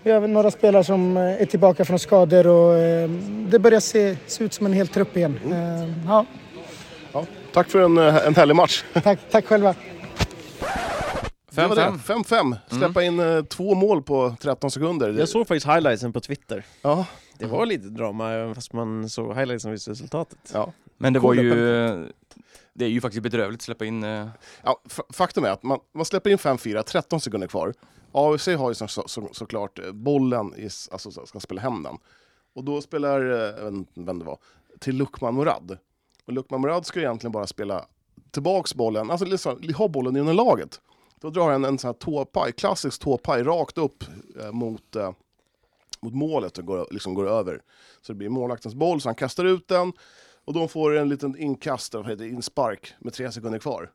S9: Vi har väl några spelare som eh, är tillbaka från skador och eh, det börjar se, se ut som en hel trupp igen. Eh, Ja,
S1: Tack för en, eh, en härlig match.
S9: tack, tack själva.
S1: Det var det.
S5: 5-5.
S1: 5-5. Släppa in eh, två mål på 13 sekunder. Det-
S2: Jag såg faktiskt highlightsen på Twitter.
S1: Ja.
S2: Det var lite drama, även fast man såg highlightsen visste resultatet.
S1: Ja.
S5: Men det var
S1: Kolla
S5: ju... Det är ju faktiskt bedrövligt att släppa in... eh,
S1: Ja, f- faktum är att man, man släpper in 5-4, 13 sekunder kvar. AFC har ju så, så, så, såklart eh, bollen, i, s- alltså så- ska spela hem den. Och då spelar, eh, jag vet inte vem det var, till Lukman Morad. Och Lukman Morad ska egentligen bara spela tillbaks bollen, alltså liksom, ha bollen inom laget. Då drar han en sån här tåpaj, klassisk tåpaj, rakt upp eh, mot, eh, mot målet och går, liksom går över. Så det blir målvaktens boll, så han kastar ut den. Och då får en liten inkast, eller vad heter det, inspark, med tre sekunder kvar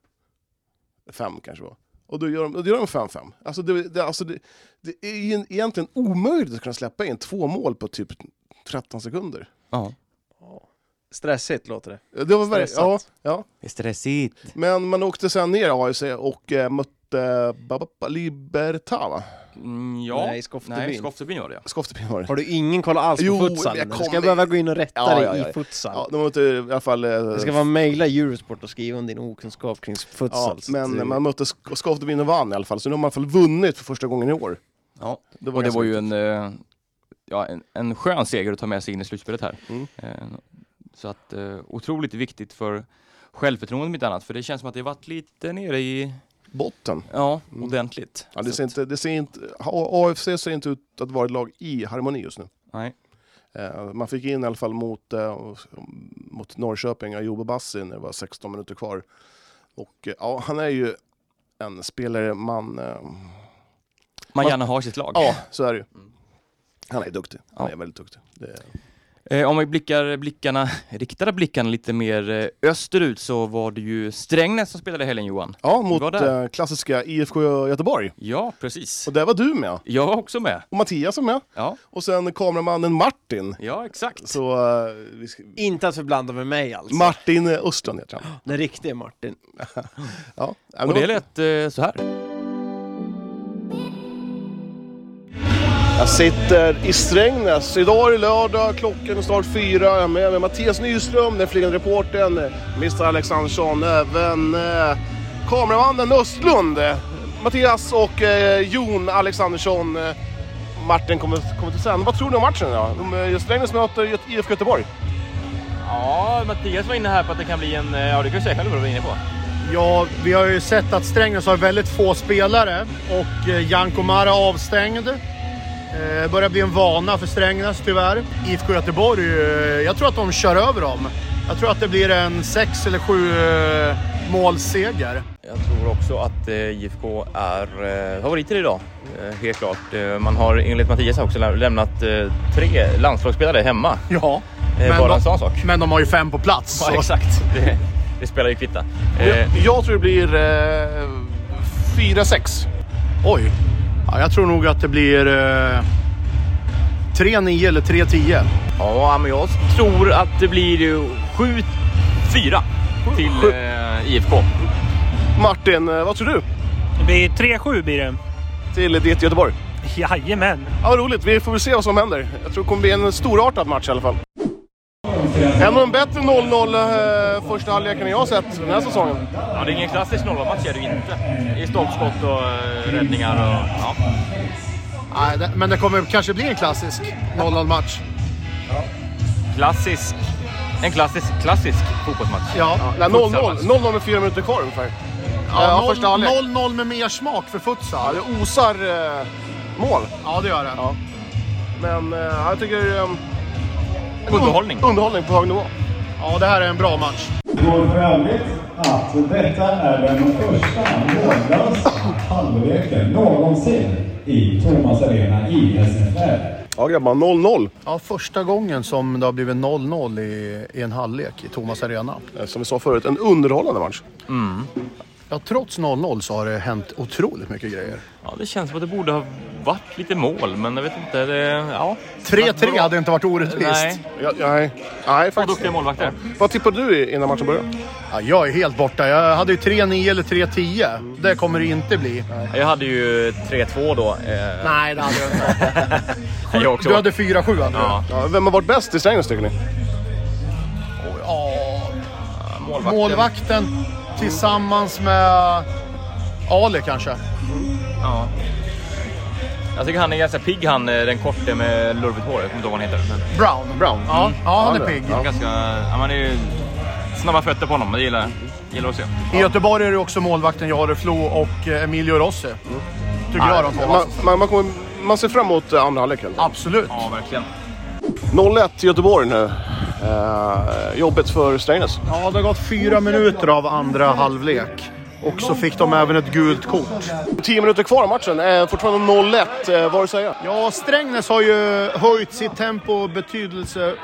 S1: fem kanske var. Och då gör de, då gör de 5-5. Alltså det, det, alltså det, det är ju egentligen omöjligt att kunna släppa in två mål på typ 13 sekunder.
S5: Ja.
S2: Stressigt låter det.
S1: Det var verkligen... Ja,
S2: Stressat.
S1: ja.
S5: Det är stressigt.
S1: Men man åkte sen ner AFC och eh, mötte bababa, Liberta, va?
S5: Mm, ja.
S2: Nej, Skoftebyn.
S5: Nej, Skoftebyn var det ja.
S1: Skoftebyn var det.
S2: Har du ingen koll alls
S1: Jo,
S2: på futsal?
S1: jag
S2: eller? Ska
S1: kommer-
S2: jag behöva gå in och rätta
S1: Ja,
S2: dig
S1: ja, ja.
S2: i futsal?
S1: Ja, de mötte i alla fall... eh,
S2: Jag ska bara mejla Eurosport och skriva om din okunskap kring futsal.
S1: ja,
S2: så att du-
S1: men man mötte Sk- Skoftebyn och vann i alla fall, så nu har man i alla fall vunnit för första gången i år.
S5: ja.
S1: Det
S5: Och det
S1: ganska
S5: var ju en, eh, ja, en, en skön seger att ta med sig in i slutspelet här.
S1: Mm.
S5: Eh, Så att eh, otroligt viktigt för självförtroendet mitt annat, för det känns som att det varit lite nere i,
S1: botten.
S5: ja,
S1: Mm.
S5: ordentligt.
S1: Ja, det,
S5: Så
S1: ser
S5: att-
S1: inte, det ser inte, A- AFC ser inte ut att vara ett lag i harmoni just nu.
S5: Nej.
S1: Eh, Man fick in i alla fall mot, eh, mot Norrköping, Ayoub Bassi, när det var 16 minuter kvar. Och eh, ja, han är ju en spelare man... eh,
S5: Man gärna har sitt lag.
S1: Ja, så är det ju. Han är duktig. Han
S5: Mm. Ja.
S1: är väldigt duktig. Det,
S5: Eh, om vi blickar blickarna, riktar blickarna lite mer eh, österut så var det ju Strängnäs som spelade i helgen Johan.
S1: ja,
S5: var
S1: mot
S5: där.
S1: eh, klassiska IFK Göteborg.
S5: Ja, precis.
S1: Och där var du med.
S5: Jag var också med.
S1: Och Mattias var med.
S5: Ja,
S1: Och sen kameramannen Martin.
S5: ja exakt.
S1: Så, eh, vi ska,
S2: Inte att förblanda med mig alltså.
S1: Martin Östrand heter han.
S2: Den riktiga Martin.
S1: Ja.
S5: Och det lät eh, så här.
S1: Jag sitter i Strängnäs. Idag är det lördag, klockan är snart fyra. Jag är med mig Mattias Nyström, den flygande reportern, eh, Mr Alexandersson, även eh, kameramannen Östlund. eh, Mattias och eh, Jon Alexandersson. Eh, Martin kommer, kommer till sen. Vad tror ni om matchen idag? De, eh, Strängnäs möter Göte- IFK Göteborg.
S5: Ja, Mattias var inne här på att det kan bli en, eh, ja det kan du säga själv vad du var inne på.
S7: Ja, vi har ju sett att Strängnäs har väldigt få spelare och eh, Janko Mara avstängd. Eh, börjar bli en vana för Strängnäs tyvärr. IFK Göteborg, eh, jag tror att de kör över dem. Jag tror att det blir en sex eller sju eh, målseger.
S3: Jag tror också att eh, IFK är eh, favoriter idag. Eh, helt klart. Eh, man har enligt Mattias också lä- lämnat eh, tre landslagsspelare hemma.
S7: Ja,
S3: Eh,
S7: Men
S3: bara
S7: de-
S3: en sån sak.
S7: men de har ju fem på plats.
S3: Ja,
S7: så-
S3: exakt. Det, det spelar ju kvitta. Eh,
S1: Jag, jag tror det blir eh, 4-6.
S7: Oj. Ja, jag tror nog att det blir eh, 3-9 eller 3-10.
S3: ja, men jag tror att det blir ju 7-4 till eh, IFK.
S1: Martin, eh, vad tror du?
S10: Det blir 3-7 blir det.
S1: Till ditt Göteborg.
S10: Jajamän.
S1: Ja, vad roligt. Vi får väl se vad som händer. Jag tror det kommer bli en storartad match i alla fall. En av de bättre 0-0 eh, första halvlekarna jag har sett den här säsongen.
S3: Ja, det är ingen klassisk 0-match är det ju inte. Det är stolpskott och eh, räddningar. Och, ja.
S7: Nej, det- Men det kommer kanske bli en klassisk 0-0-match.
S3: Klassisk. En klassisk, klassisk fotbollsmatch.
S7: Ja.
S1: Nej, 0-0. 0-0 med fyra minuter kvar ungefär. Ja,
S7: Ja,
S1: första halvlek.
S7: 0-0 med mer smak för
S1: Ja,
S7: futsal.
S1: det osar eh, mål.
S7: Ja, det gör det.
S1: Ja. Men eh, jag tycker... Eh,
S3: Underhållning.
S1: Underhållning på hög nivå.
S7: Ja, det här är en bra match.
S11: går för övrigt att detta är den första mållösa halvleken någonsin i Thomas Arena i SFL.
S1: Ja grabbar, 0-0.
S7: Ja, första gången som det har blivit 0-0 i, i en halvlek i Thomas Arena.
S1: Eh, Som vi sa förut, en underhållande match.
S7: Ja, trots 0-0 så har det hänt otroligt mycket grejer.
S3: Ja, det känns som att det borde ha varit lite mål, men jag vet inte. Det, ja.
S7: 3-3 hade inte varit orättvist.
S3: Nej,
S1: Ja, nej, nej
S3: två
S1: faktiskt
S3: duktiga målvakter.
S1: Vad tippade du innan matchen började?
S7: Ja, jag är helt borta. Jag hade ju 3-9 eller 3-10. Det kommer det inte bli.
S3: Jag hade ju 3-2 då. Eh,
S7: Nej, det hade jag inte.
S3: jag också.
S7: Du hade 4-7 hade du.
S3: Ja.
S1: Ja, vem har varit bäst i Strängnäs tycker ni?
S7: Ja, målvakten. tillsammans med Ali kanske.
S3: Ja. Jag tycker han är ganska pigg han, eh, den korte med lurvigt hår. Jag kommer inte ihåg vad han heter. Men
S7: Brown. Mm.
S1: Brown?
S7: Ja, ja han är pigg.
S3: han är ganska... Ja, man är ju
S5: Snabba fötter på honom, det gillar jag. Gillar att se.
S7: I Göteborg är det också målvakten Jare Flo och eh, Emilio Rossi. Tycker jag de två.
S1: man, man, man, kommer, man ser fram emot eh, andra halvlek helt enkelt.
S7: Absolut.
S5: Ja, verkligen.
S1: 0-1 till Göteborg nu. Eh, jobbigt för Strängnäs.
S7: Ja, det har gått fyra minuter av andra halvlek. Och så fick de även ett gult kort.
S1: Tio minuter kvar av matchen. Eh, fortfarande 0-1. Eh, vad har du att säga?
S7: Ja, Strängnäs har ju höjt sitt tempo betydelsefullt.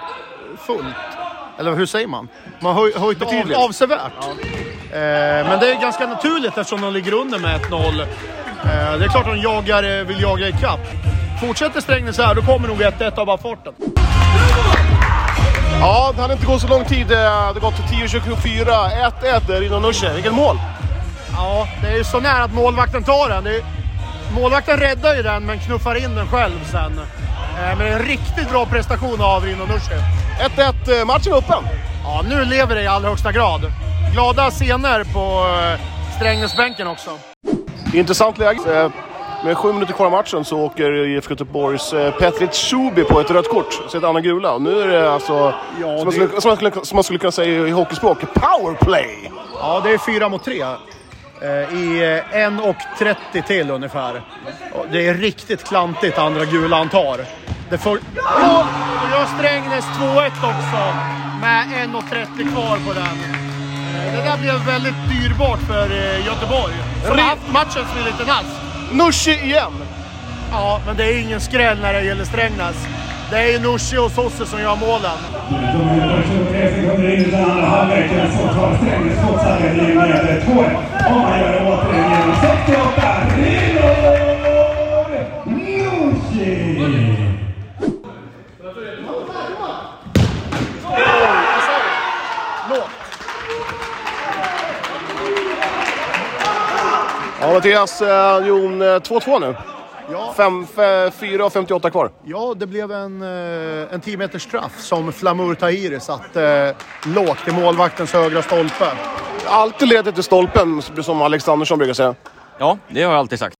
S7: Eller hur säger man? Man har höj, höjt det
S1: Betydligt.
S7: av, avsevärt. Eh, men det är ganska naturligt eftersom de ligger under med 1-0. Eh, det är klart de jagar, eh, vill jaga ikapp. Fortsätter Strängnäs här, då kommer nog 1-1 av bara farten.
S1: Ja, det hade inte gått så lång tid. Eh, Det har gått till 10.24. 1-1 eh, Rino Nushi. Vilket mål!
S7: Ja, det är ju så nära att målvakten tar den. Det är, målvakten räddar ju den, men knuffar in den själv sen. Eh, men det är en riktigt bra prestation av Rino Nushi.
S1: 1-1. eh, Matchen är öppen.
S7: Ja, nu lever det i allra högsta grad. Glada scener på eh, Strängnäsbänken också.
S1: Intressant läge. Eh, Med sju minuter kvar av matchen så åker IFK Göteborgs eh, Petrit Schubi på ett rött kort. Så ett andra gula. Och nu är det alltså, som, man skulle, som, man skulle, som man skulle kunna säga i hockeyspråk, powerplay!
S7: Ja, det är fyra mot tre. eh, I eh, 1.30 till ungefär. Och Det är riktigt klantigt andra gula han tar. Det för... Ja, och gör Strängnäs 2-1 också. Med 1.30 kvar på den. Eh, Det där blev väldigt dyrbart för eh, Göteborg. Som har haft matchen som en liten ask.
S1: Nushi igen!
S7: Ja, men det är ingen skräll när det gäller Strängnäs. Det är ju Nooshi och Sosse som gör målen.
S11: De är också tre sekunder in i den andra halvleken så tar Strängnäs godsarena med 2-1. Och man gör det återigen genom 68. Rinor Nushi!
S1: Ja, Mattias eh, Jon, eh, 2-2 nu.
S7: Ja.
S1: Fem, fe, 4 och 58 kvar.
S7: Ja, det blev en, eh, en 10 meters straff som Flamur Tahiri satte eh, lågt i målvaktens högra stolpe.
S1: Alltid ledigt till stolpen, som Alexandersson brukar säga.
S5: Ja, det har jag alltid sagt.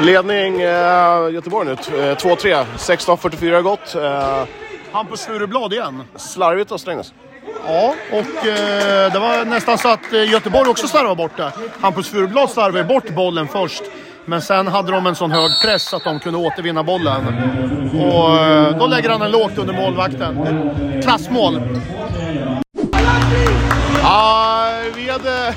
S1: Ledning eh, Göteborg nu. T- eh, 2-3. 16.44 har gått. Eh,
S7: Hampus Furublad igen.
S1: slarvigt av Strängnäs.
S7: Ja, och eh, det var nästan så att eh, Göteborg också slarvade bort det. Hampus Furublad slarvade bort bollen först. Men sen hade de en sån hög press att de kunde återvinna bollen. Och eh, då lägger han den lågt under målvakten. Ett Klassmål.
S1: Ja, vi hade...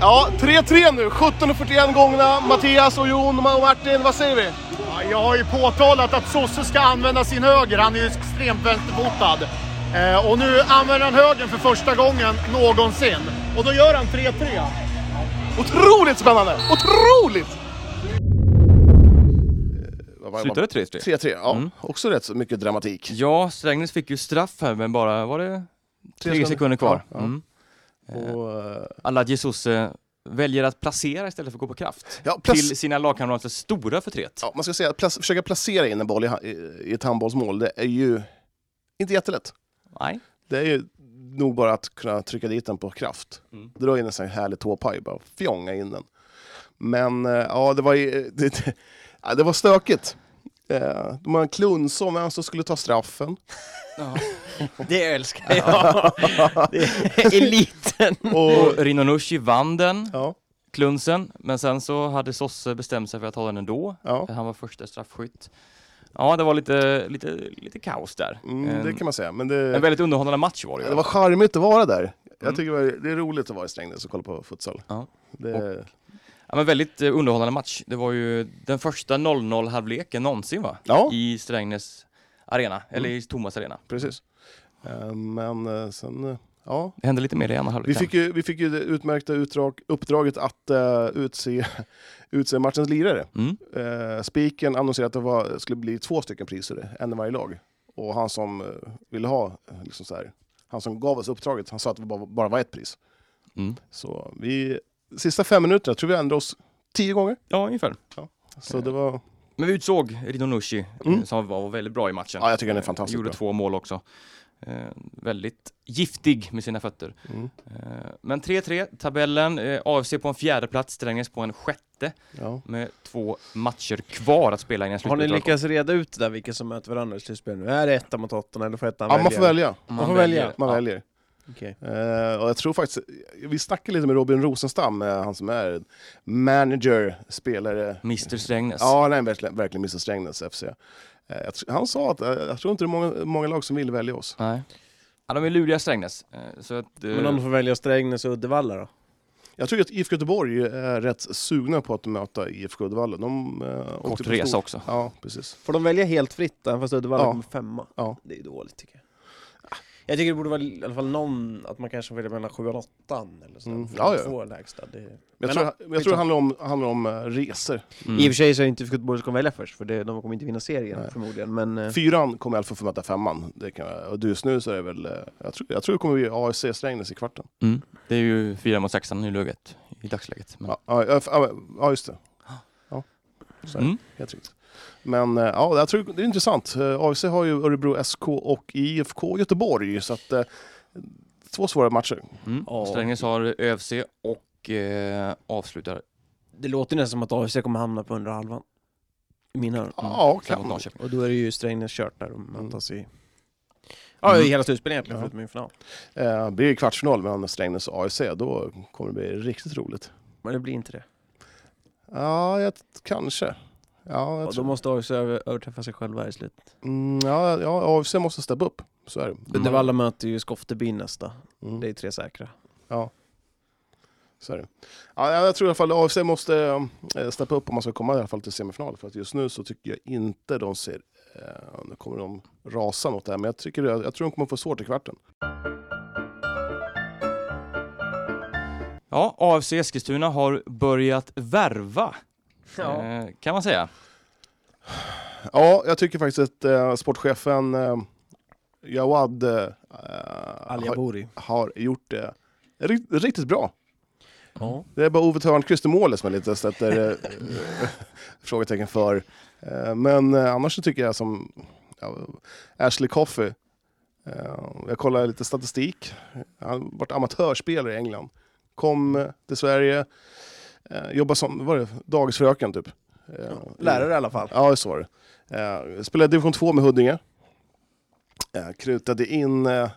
S1: ja, 3-3 nu. 17.41 gångna. Mattias och Jon och Martin, vad säger vi?
S7: Ja, Jag har ju påtalat att Sosse ska använda sin höger. Han är ju extremt vänsterfotad. Eh, och nu använder han högern för första gången någonsin. Och då gör han 3-3.
S1: Otroligt spännande! Otroligt!
S5: Slutade det Mm. 3-3?
S1: 3-3, ja. Också rätt så mycket dramatik.
S5: Ja, Strängnäs fick ju straff här men bara, var det
S1: Tre
S5: tre,
S1: sekunder.
S5: sekunder kvar?
S1: Ja, ja.
S5: Mm.
S1: Och, eh,
S5: Alla Jesus eh, väljer att placera istället för att gå på kraft.
S1: Ja, plac-
S5: Till sina lagkamraters stora förtret.
S1: ja, man ska säga att plac- försöka placera in en boll i, ha- i, i ett handbollsmål, det är ju inte jättelätt.
S5: Nej.
S1: Det är ju nog bara att kunna trycka dit den på kraft.
S5: Mm.
S1: Dra in en sån här härlig tåpaj, bara fjonga in den. Men eh, ja, det var, ju- det, det, ja, det var stökigt. Eh, De hade en kluns om vem som skulle ta straffen.
S2: Det älskar jag. Det är eliten.
S1: Och,
S5: Och Rinonushi vann den,
S1: ja,
S5: klunsen, men sen så hade Sosse bestämt sig för att ta den ändå.
S1: ja.
S5: För han var första straffskytt. Ja, det var lite, lite, lite kaos där.
S1: Mm, det
S5: en,
S1: kan man säga. Men
S5: Eh, en
S1: det,
S5: väldigt underhållande match var det ju.
S1: det var charmigt att vara där. Jag
S5: Mm.
S1: tycker det var- det är roligt att vara i Strängnäs och kolla på futsal.
S5: Ja.
S1: Det,
S5: Ja, men väldigt eh, underhållande match. Det var ju den första 0-0-halvleken någonsin va?
S1: ja, Mm.
S5: I Strängnäs arena, eller i Thomas arena.
S1: precis. Eh, Men eh, sen, eh, ja,
S5: Det hände lite mer i andra
S1: Vi
S5: halvleken.
S1: fick, ju, vi fick ju det utmärkta utdrag, uppdraget att eh, utse, utse matchens lirare.
S5: Mm.
S1: Uh, Spiken annonserade att det var, skulle bli två stycken priser, en i varje lag. Och han som eh, ville ha, eh, liksom så här, han som gav oss uppdraget, han sa att det bara, bara var ett pris.
S5: Mm.
S1: Så vi, sista fem minuterna tror vi ändrade oss tio gånger.
S5: Ja, ungefär.
S1: Så det var,
S5: Men vi utsåg Rinonushi,
S1: Mm.
S5: som var väldigt bra i matchen.
S1: ja jag tycker den är fantastisk
S5: Gjorde
S1: bra.
S5: två mål också. Eh, väldigt giftig med sina fötter.
S1: Mm.
S5: Eh, men 3-3, tabellen, eh, AFC på en fjärde plats, Strängnäs på en sjätte.
S1: Ja.
S5: Med två matcher kvar att spela innan
S2: Har ni
S5: slutspelet. drar igång.
S2: lyckats reda ut det där vilka som möter varandra i slutspel nu? Är det ettan mot åttan eller får ettan
S1: Ja, man får välja.
S2: Man, får välja.
S1: Man väljer.
S2: Okej.
S1: Eh, och jag tror faktiskt, vi snackade lite med Robin Rosenstam, eh, han som är manager, spelare.
S5: Mr Strängnäs.
S1: Ja, han är verkligen, verkligen Mr Strängnäs FC. Eh, jag tr- han sa att eh, jag tror inte det är många, många lag som vill välja oss.
S5: Nej. Ja, de är luriga Strängnäs. Eh, så att, eh,
S2: Men om du får välja Strängnäs och Uddevalla då?
S1: Jag tror att IFK Göteborg är eh, rätt sugna på att möta IFK Uddevalla. De, eh, åkte
S5: Kort
S1: på
S5: resa
S1: stor-
S5: också.
S1: Ja, precis.
S2: Får de välja helt fritt då, även fast Uddevalla
S1: Ja.
S2: kommer liksom femma?
S1: Ja.
S2: Det är dåligt tycker jag. Ah. Jag tycker det borde vara i alla fall någon, att man kanske väljer mellan sjuan och åttan eller så.
S1: Mm.
S2: För
S1: Ja,
S2: de
S1: ja.
S2: Två lägsta. Det... Men
S1: Men jag, tror, jag tror det handlar om, handlar om eh, resor.
S5: Mm.
S2: I och för sig så är inte Göteborg som kommer välja först, för det, de kommer inte vinna serien
S1: Nej.
S2: förmodligen. Men eh,
S1: Fyran kommer i alla fall få möta femman. Det kan jag, och just nu så är det väl... eh, Jag tror, jag tror det kommer bli AFC Strängnäs i kvarten.
S5: Det är ju fyra mot sexan i nuläget, i dagsläget. Men,
S1: Ja, ja, ja, f- ja, ja just det. Ja, så är det.
S5: Mm.
S1: Helt riktigt. Men eh, ja, jag tror det är intressant. Eh, AFC har ju Örebro SK och IFK Göteborg. Så att, eh, två svåra matcher.
S5: Mm.
S2: Ja.
S5: Strängnäs har ÖFC och eh, avslutar
S2: det låter nästan som att AFC kommer hamna på under halvan. I mina öron.
S1: Ja,
S5: sen mot
S1: kan.
S5: Norrköpen.
S2: Mm. Och då är det ju Strängnäs kört där och
S1: Mm.
S2: mötas i... Ja, i hela slutspelet egentligen,
S1: Ja.
S2: förutom i final.
S1: Eh, Det blir kvartsfinal mellan Strängnäs och AFC. Då kommer det bli riktigt roligt.
S2: Men det blir inte det.
S1: Ja, jag, kanske. Ja, jag
S2: Och då
S1: tror.
S2: måste AFC över, överträffa sig själva i slutet.
S1: Mm, ja, ja, AFC måste steppa upp. Så är det.
S2: Uddevalla möter ju Skofteby nästa.
S1: Mm.
S2: Det är tre säkra.
S1: Så är det. Ja, jag tror i alla fall att AFC måste eh, steppa upp om man ska komma i alla fall till semifinal. För att just nu så tycker jag inte de ser... Eh, nu kommer de rasa mot det här, men jag, tycker, jag, jag tror de kommer få svårt i kvarten.
S5: Ja, AFC Eskilstuna har börjat värva, eh, kan man säga.
S1: Ja, jag tycker faktiskt att eh, sportchefen eh, Jawad eh,
S2: Ali
S1: har,
S2: Abouri.
S1: har gjort det rikt- riktigt bra.
S2: Ja.
S1: Det är bara Ove Thörnqvist i målet som jag lite sätter eh, frågetecken för. Eh, men eh, annars så tycker jag som ja, Ashley Coffey. Eh, jag kollar lite statistik. Han har varit amatörspelare i England. Kom eh, till Sverige, eh, jobbade som vad var det, dagisfröken typ. Eh,
S2: Lärare i alla fall.
S1: Ja, så var det. Eh, spelade division 2 med Huddinge. Eh, krutade in eh,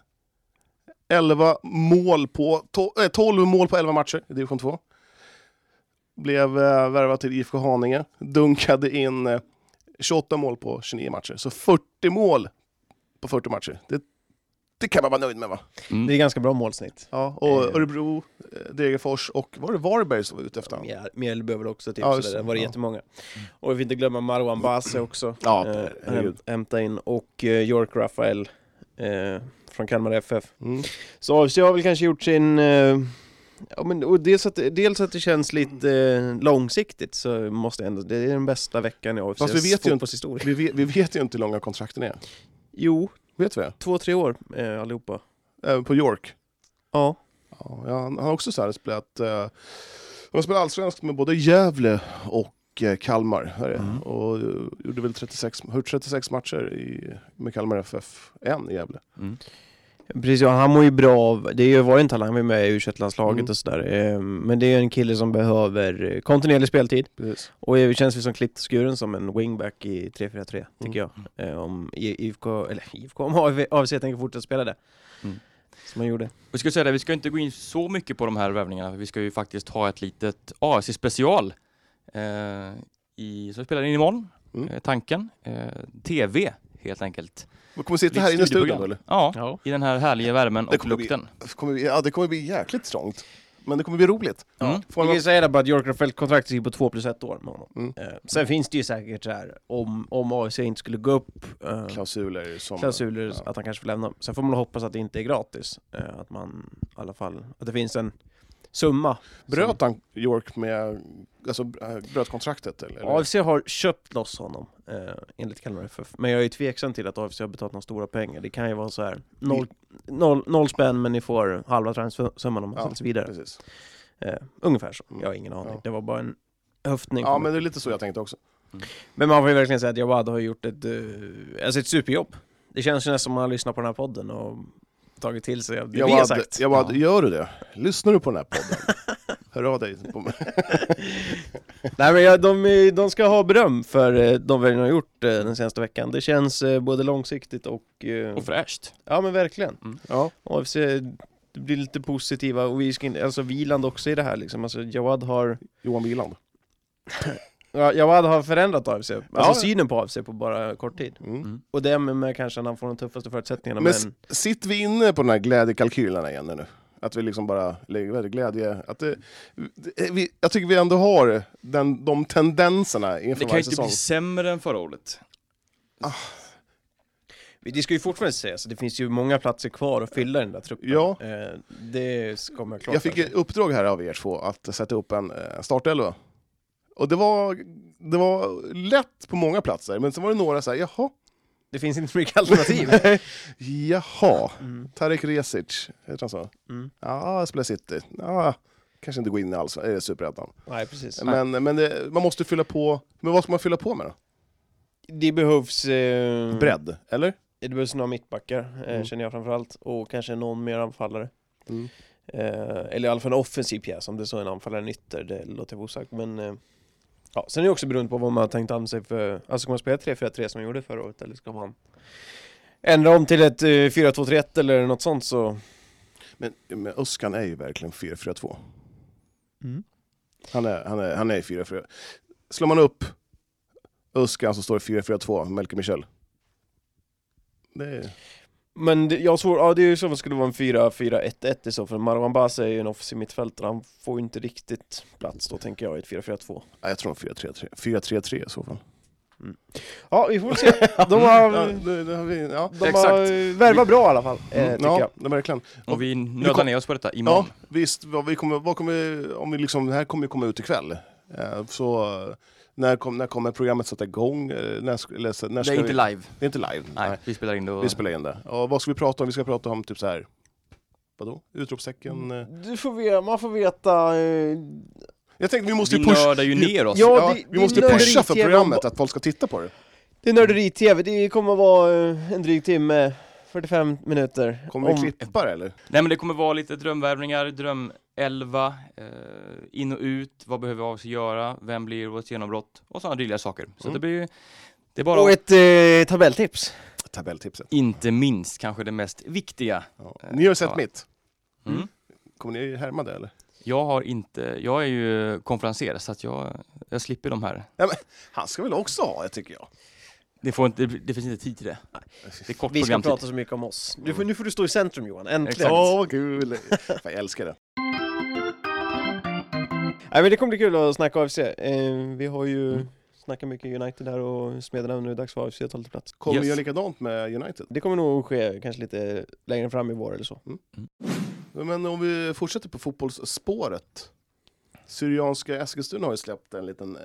S1: 11 mål på, to- eh, 12 mål på 11 matcher i division 2. Blev eh, värvad till IFK Haninge. Dunkade in eh, 28 mål på 29 matcher. Så 40 mål på 40 matcher. Det, det kan man vara nöjd med va?
S5: Mm.
S2: Det är ganska bra målsnitt.
S1: Ja, och
S2: Eh.
S1: Örebro, eh, Degerfors och var det Varberg som var ute efter honom?
S2: Mjäl- Mjällby behöver också tips,
S1: Ja,
S2: ja,
S1: just
S2: det
S1: det.
S2: var det
S1: Ja.
S2: jättemånga. Och vi får inte glömma Marwan Basse också.
S1: Ja,
S2: eh,
S1: herregud.
S2: häm- hämta in. Och eh, York Rafael eh, från Kalmar FF.
S1: Mm.
S2: Så AFC har väl kanske gjort sin... Eh, ja, men, och dels, att, dels att det känns lite eh, långsiktigt så måste jag ändå... Det är den bästa veckan i AFCs
S1: Fast vi vet ju inte-
S2: fotbollshistoria.
S1: Vi, vet, vi vet ju inte hur långa kontrakten är.
S2: Jo,
S1: Vet vi det?
S2: två, tre år eh, allihopa.
S1: Eh, på York.
S2: Ja.
S1: Ja, ja, han han har också så här spelat, eh, han har spelat allsvenskt med både Gävle och eh, Kalmar. Här är, det. Och eh, gjorde väl 36, har gjort 36 matcher i, med Kalmar FF, en i Gävle.
S5: Mm.
S2: Precis, ja, han mår ju bra av, det är ju- var ju en talang, han var ju med i u landslaget
S1: Mm.
S2: och sådär. Eh, Men det är ju en kille som behöver eh, kontinuerlig speltid
S1: Precis.
S2: och det känns ju som klippt och skuren som en wingback i 3-4-3 tycker
S1: Mm.
S2: jag. Eh, Om I- IFK, eller IFK, om AV AFC tänker fortsätta spela det.
S5: Mm.
S2: Som man gjorde.
S5: Vi ska säga det, vi ska inte gå in så mycket på de här värvningarna. för Vi ska ju faktiskt ha ett litet AFC-special. Eh, i, som vi spelar in imorgon,
S1: Mm.
S5: eh, tanken. Eh, TV, helt enkelt.
S1: Vi kommer sitta här inne i studion
S5: Studioprogram.
S1: då, eller?
S5: Ja,
S2: Ja.
S5: i den här härliga värmen
S1: Det
S5: och
S1: kommer bli-
S5: lukten.
S1: Det kommer, bli- ja, det kommer bli jäkligt trångt. Men det kommer bli roligt.
S5: Mm.
S1: Får
S2: Vi
S1: man,
S2: kan ju säga det bara att York Rafael kontraktet gick på 2 plus 1 år med honom.
S1: Mm.
S2: Eh, Sen finns det ju säkert så här om, om AFC inte skulle gå upp eh,
S1: klausuler som...
S2: klausuler
S1: Ja.
S2: att han kanske får lämna. Sen får man hoppas att det inte är gratis. Eh, Att man i alla fall, att det finns en summa.
S1: Bröt han York med, alltså eh, bröt kontraktet eller? eller?
S2: AFC har köpt loss honom, eh, enligt Kalmar FF. Men jag är ju tveksam till att AFC har betalat några stora pengar. Det kan ju vara så här noll, noll, noll spänn men ni får halva transfersumman om man
S1: Ja,
S2: säljs vidare.
S1: Precis.
S2: Eh, ungefär så,
S1: Mm.
S2: jag har ingen aning.
S1: Ja.
S2: Det var bara en höftning.
S1: Ja
S2: på mig.
S1: men det är lite så jag tänkte också.
S2: Men man får ju verkligen säga att Jawad har gjort ett, eh, alltså ett superjobb. Det känns ju nästan som att man lyssnar på den här podden och tagit till sig av det
S1: Jag
S2: vi
S1: bara,
S2: har sagt.
S1: jag bara, gör du det? Lyssnar du på den här podden? Hör av dig på mig.
S2: Nej men jag, de, är- de ska ha beröm för eh, de väljarna har gjort eh, den senaste veckan. Det känns eh, både långsiktigt och... eh,
S5: Och fräscht.
S2: Ja men verkligen.
S5: Mm.
S2: Ja. Och AFC blir lite positiva och vi ska inte, alltså Wieland också i det här liksom. Alltså Jawad har...
S1: Johan Wieland.
S2: Ja, Jawad har förändrat AFC, alltså
S1: Ja.
S2: synen på AFC på bara kort tid.
S1: Mm.
S2: Och det med, med kanske att han får de tuffaste förutsättningarna.
S1: Men,
S2: Men,
S1: s- sitter vi inne på den här glädjekalkylerna igen nu? Att vi liksom bara lägger väldigt glädje... Att det, det- vi, jag tycker vi ändå har den, de tendenserna inför
S5: Det kan ju
S1: varje
S5: inte
S1: säsong.
S5: bli sämre än förra året.
S2: det ska ju fortfarande sägas att det finns ju många platser kvar att fylla i den där truppen.
S1: Ja.
S2: Eh, det kommer jag klart
S1: Jag fick
S2: för.
S1: ett uppdrag här av er två att sätta upp en eh, startelva. Och det var, det var lätt på många platser, men sen var det några så här, jaha,
S2: Det finns inte mycket alternativ.
S1: jaha, Tarek Resic, heter han så?
S2: Mm.
S1: Ja, spelar City. Ja, kanske inte gå in i alls, eh, Superettan.
S2: Nej precis.
S1: Men, men det, man måste fylla på, men vad ska man fylla på med då?
S2: Det behövs... Eh,
S1: Bredd, eller?
S2: Det behövs några mittbackar, eh,
S1: Mm.
S2: känner jag framförallt. Och kanske någon mer anfallare.
S1: Mm.
S2: Eh, eller i alla fall en offensiv pjäs, om det är så en anfallare eller en ytter, det låter jag vara osagt. Men eh, ja, sen är det också beroende på vad man har tänkt använda sig för. Alltså ska man spela 3-4-3 som man gjorde förra året, eller ska man ändra om till ett eh, 4-2-3-1 eller något sånt så...
S1: Men, men Öskan är ju verkligen 4-4-2.
S2: Mm.
S1: Han är, han är, han är 4-4. Slår man upp Öskan så står det 4-4-2, Melker Michel. Det är...
S2: Men det, jag svår, ja det är ju så att det skulle vara en 4-4-1-1 i så fall. Marwan Basa är ju en offensiv mittfältare, han får ju inte riktigt plats då tänker jag i ett 4-4-2.
S1: Nej, jag tror de 4-3-3. 4-3-3 i så fall.
S2: Ja, vi får väl se. De har,
S1: Ja, det, det har vi, ja.
S2: de
S5: exakt.
S2: har värvat bra i alla fall, eh,
S1: Mm,
S2: tycker jag.
S1: ja, det verkligen.
S5: Och vi
S1: Vi
S5: nördar
S1: kom-
S5: ner oss på detta
S1: Ja,
S5: imorgon.
S1: visst. Vad vi kommer, vad kommer, om vi liksom, det här kommer ju komma ut ikväll. Eh, Så eh, när, kom, när kommer programmet sätta igång? Eh, När, sk- eller, så- när
S5: Det
S1: ska
S5: är inte
S1: vi,
S5: live.
S1: det är inte live.
S5: Nej, vi spelar in det och...
S1: Vi spelar in det. Och vad ska vi prata om? Vi ska prata om typ så här. Vadå?
S5: Mm.
S1: Utropstecken? eh.
S2: Du får veta, man får veta... eh,
S1: Jag tänkte vi måste
S5: Vi
S1: ju pusha.
S5: nördar ju ner oss.
S2: Ja,
S1: Ja,
S2: det-
S1: vi
S2: det
S1: måste
S2: är
S1: pusha för
S2: nörderi-tv.
S1: programmet, att folk ska titta på det.
S2: Det är nörderi-tv, det kommer vara eh, en dryg timme, 45 minuter.
S1: Kommer vi
S2: Om-
S1: klippa det eller?
S5: Nej men det kommer vara lite drömvärvningar, drömelva, eh, in och ut, vad behöver AFC göra, vem blir vårt genombrott och sådana dylika saker. Så
S1: Mm.
S5: det blir ju, det är bara
S2: Och ett eh, tabelltips.
S1: Tabelltipset.
S5: inte minst kanske det mest viktiga.
S1: Ja. Ni har ju sett
S5: Eh, Ja.
S1: mitt.
S5: Mm.
S1: Kommer ni härma det eller?
S5: Jag har inte, jag är ju konferenser så att jag, jag slipper de här.
S1: Han ska väl också ha det tycker jag.
S5: Det, får inte, det, det finns inte tid till det. Det är kort
S2: Vi ska
S5: programtid.
S2: prata så mycket om oss. Nu får, nu får du stå i centrum Johan, äntligen.
S5: Exakt.
S1: Åh, vad kul! Fan, jag älskar det.
S2: Nej men det kommer bli kul att snacka AFC. Eh, vi har ju snackat mycket United här och Smederna, nu är det dags för AFC att ta lite plats.
S1: Kommer
S5: Yes.
S1: göra likadant med United?
S2: Det kommer nog ske kanske lite längre fram i vår eller så.
S1: Men om vi fortsätter på fotbollsspåret. Syrianska Eskilstuna har ju släppt en liten, eh,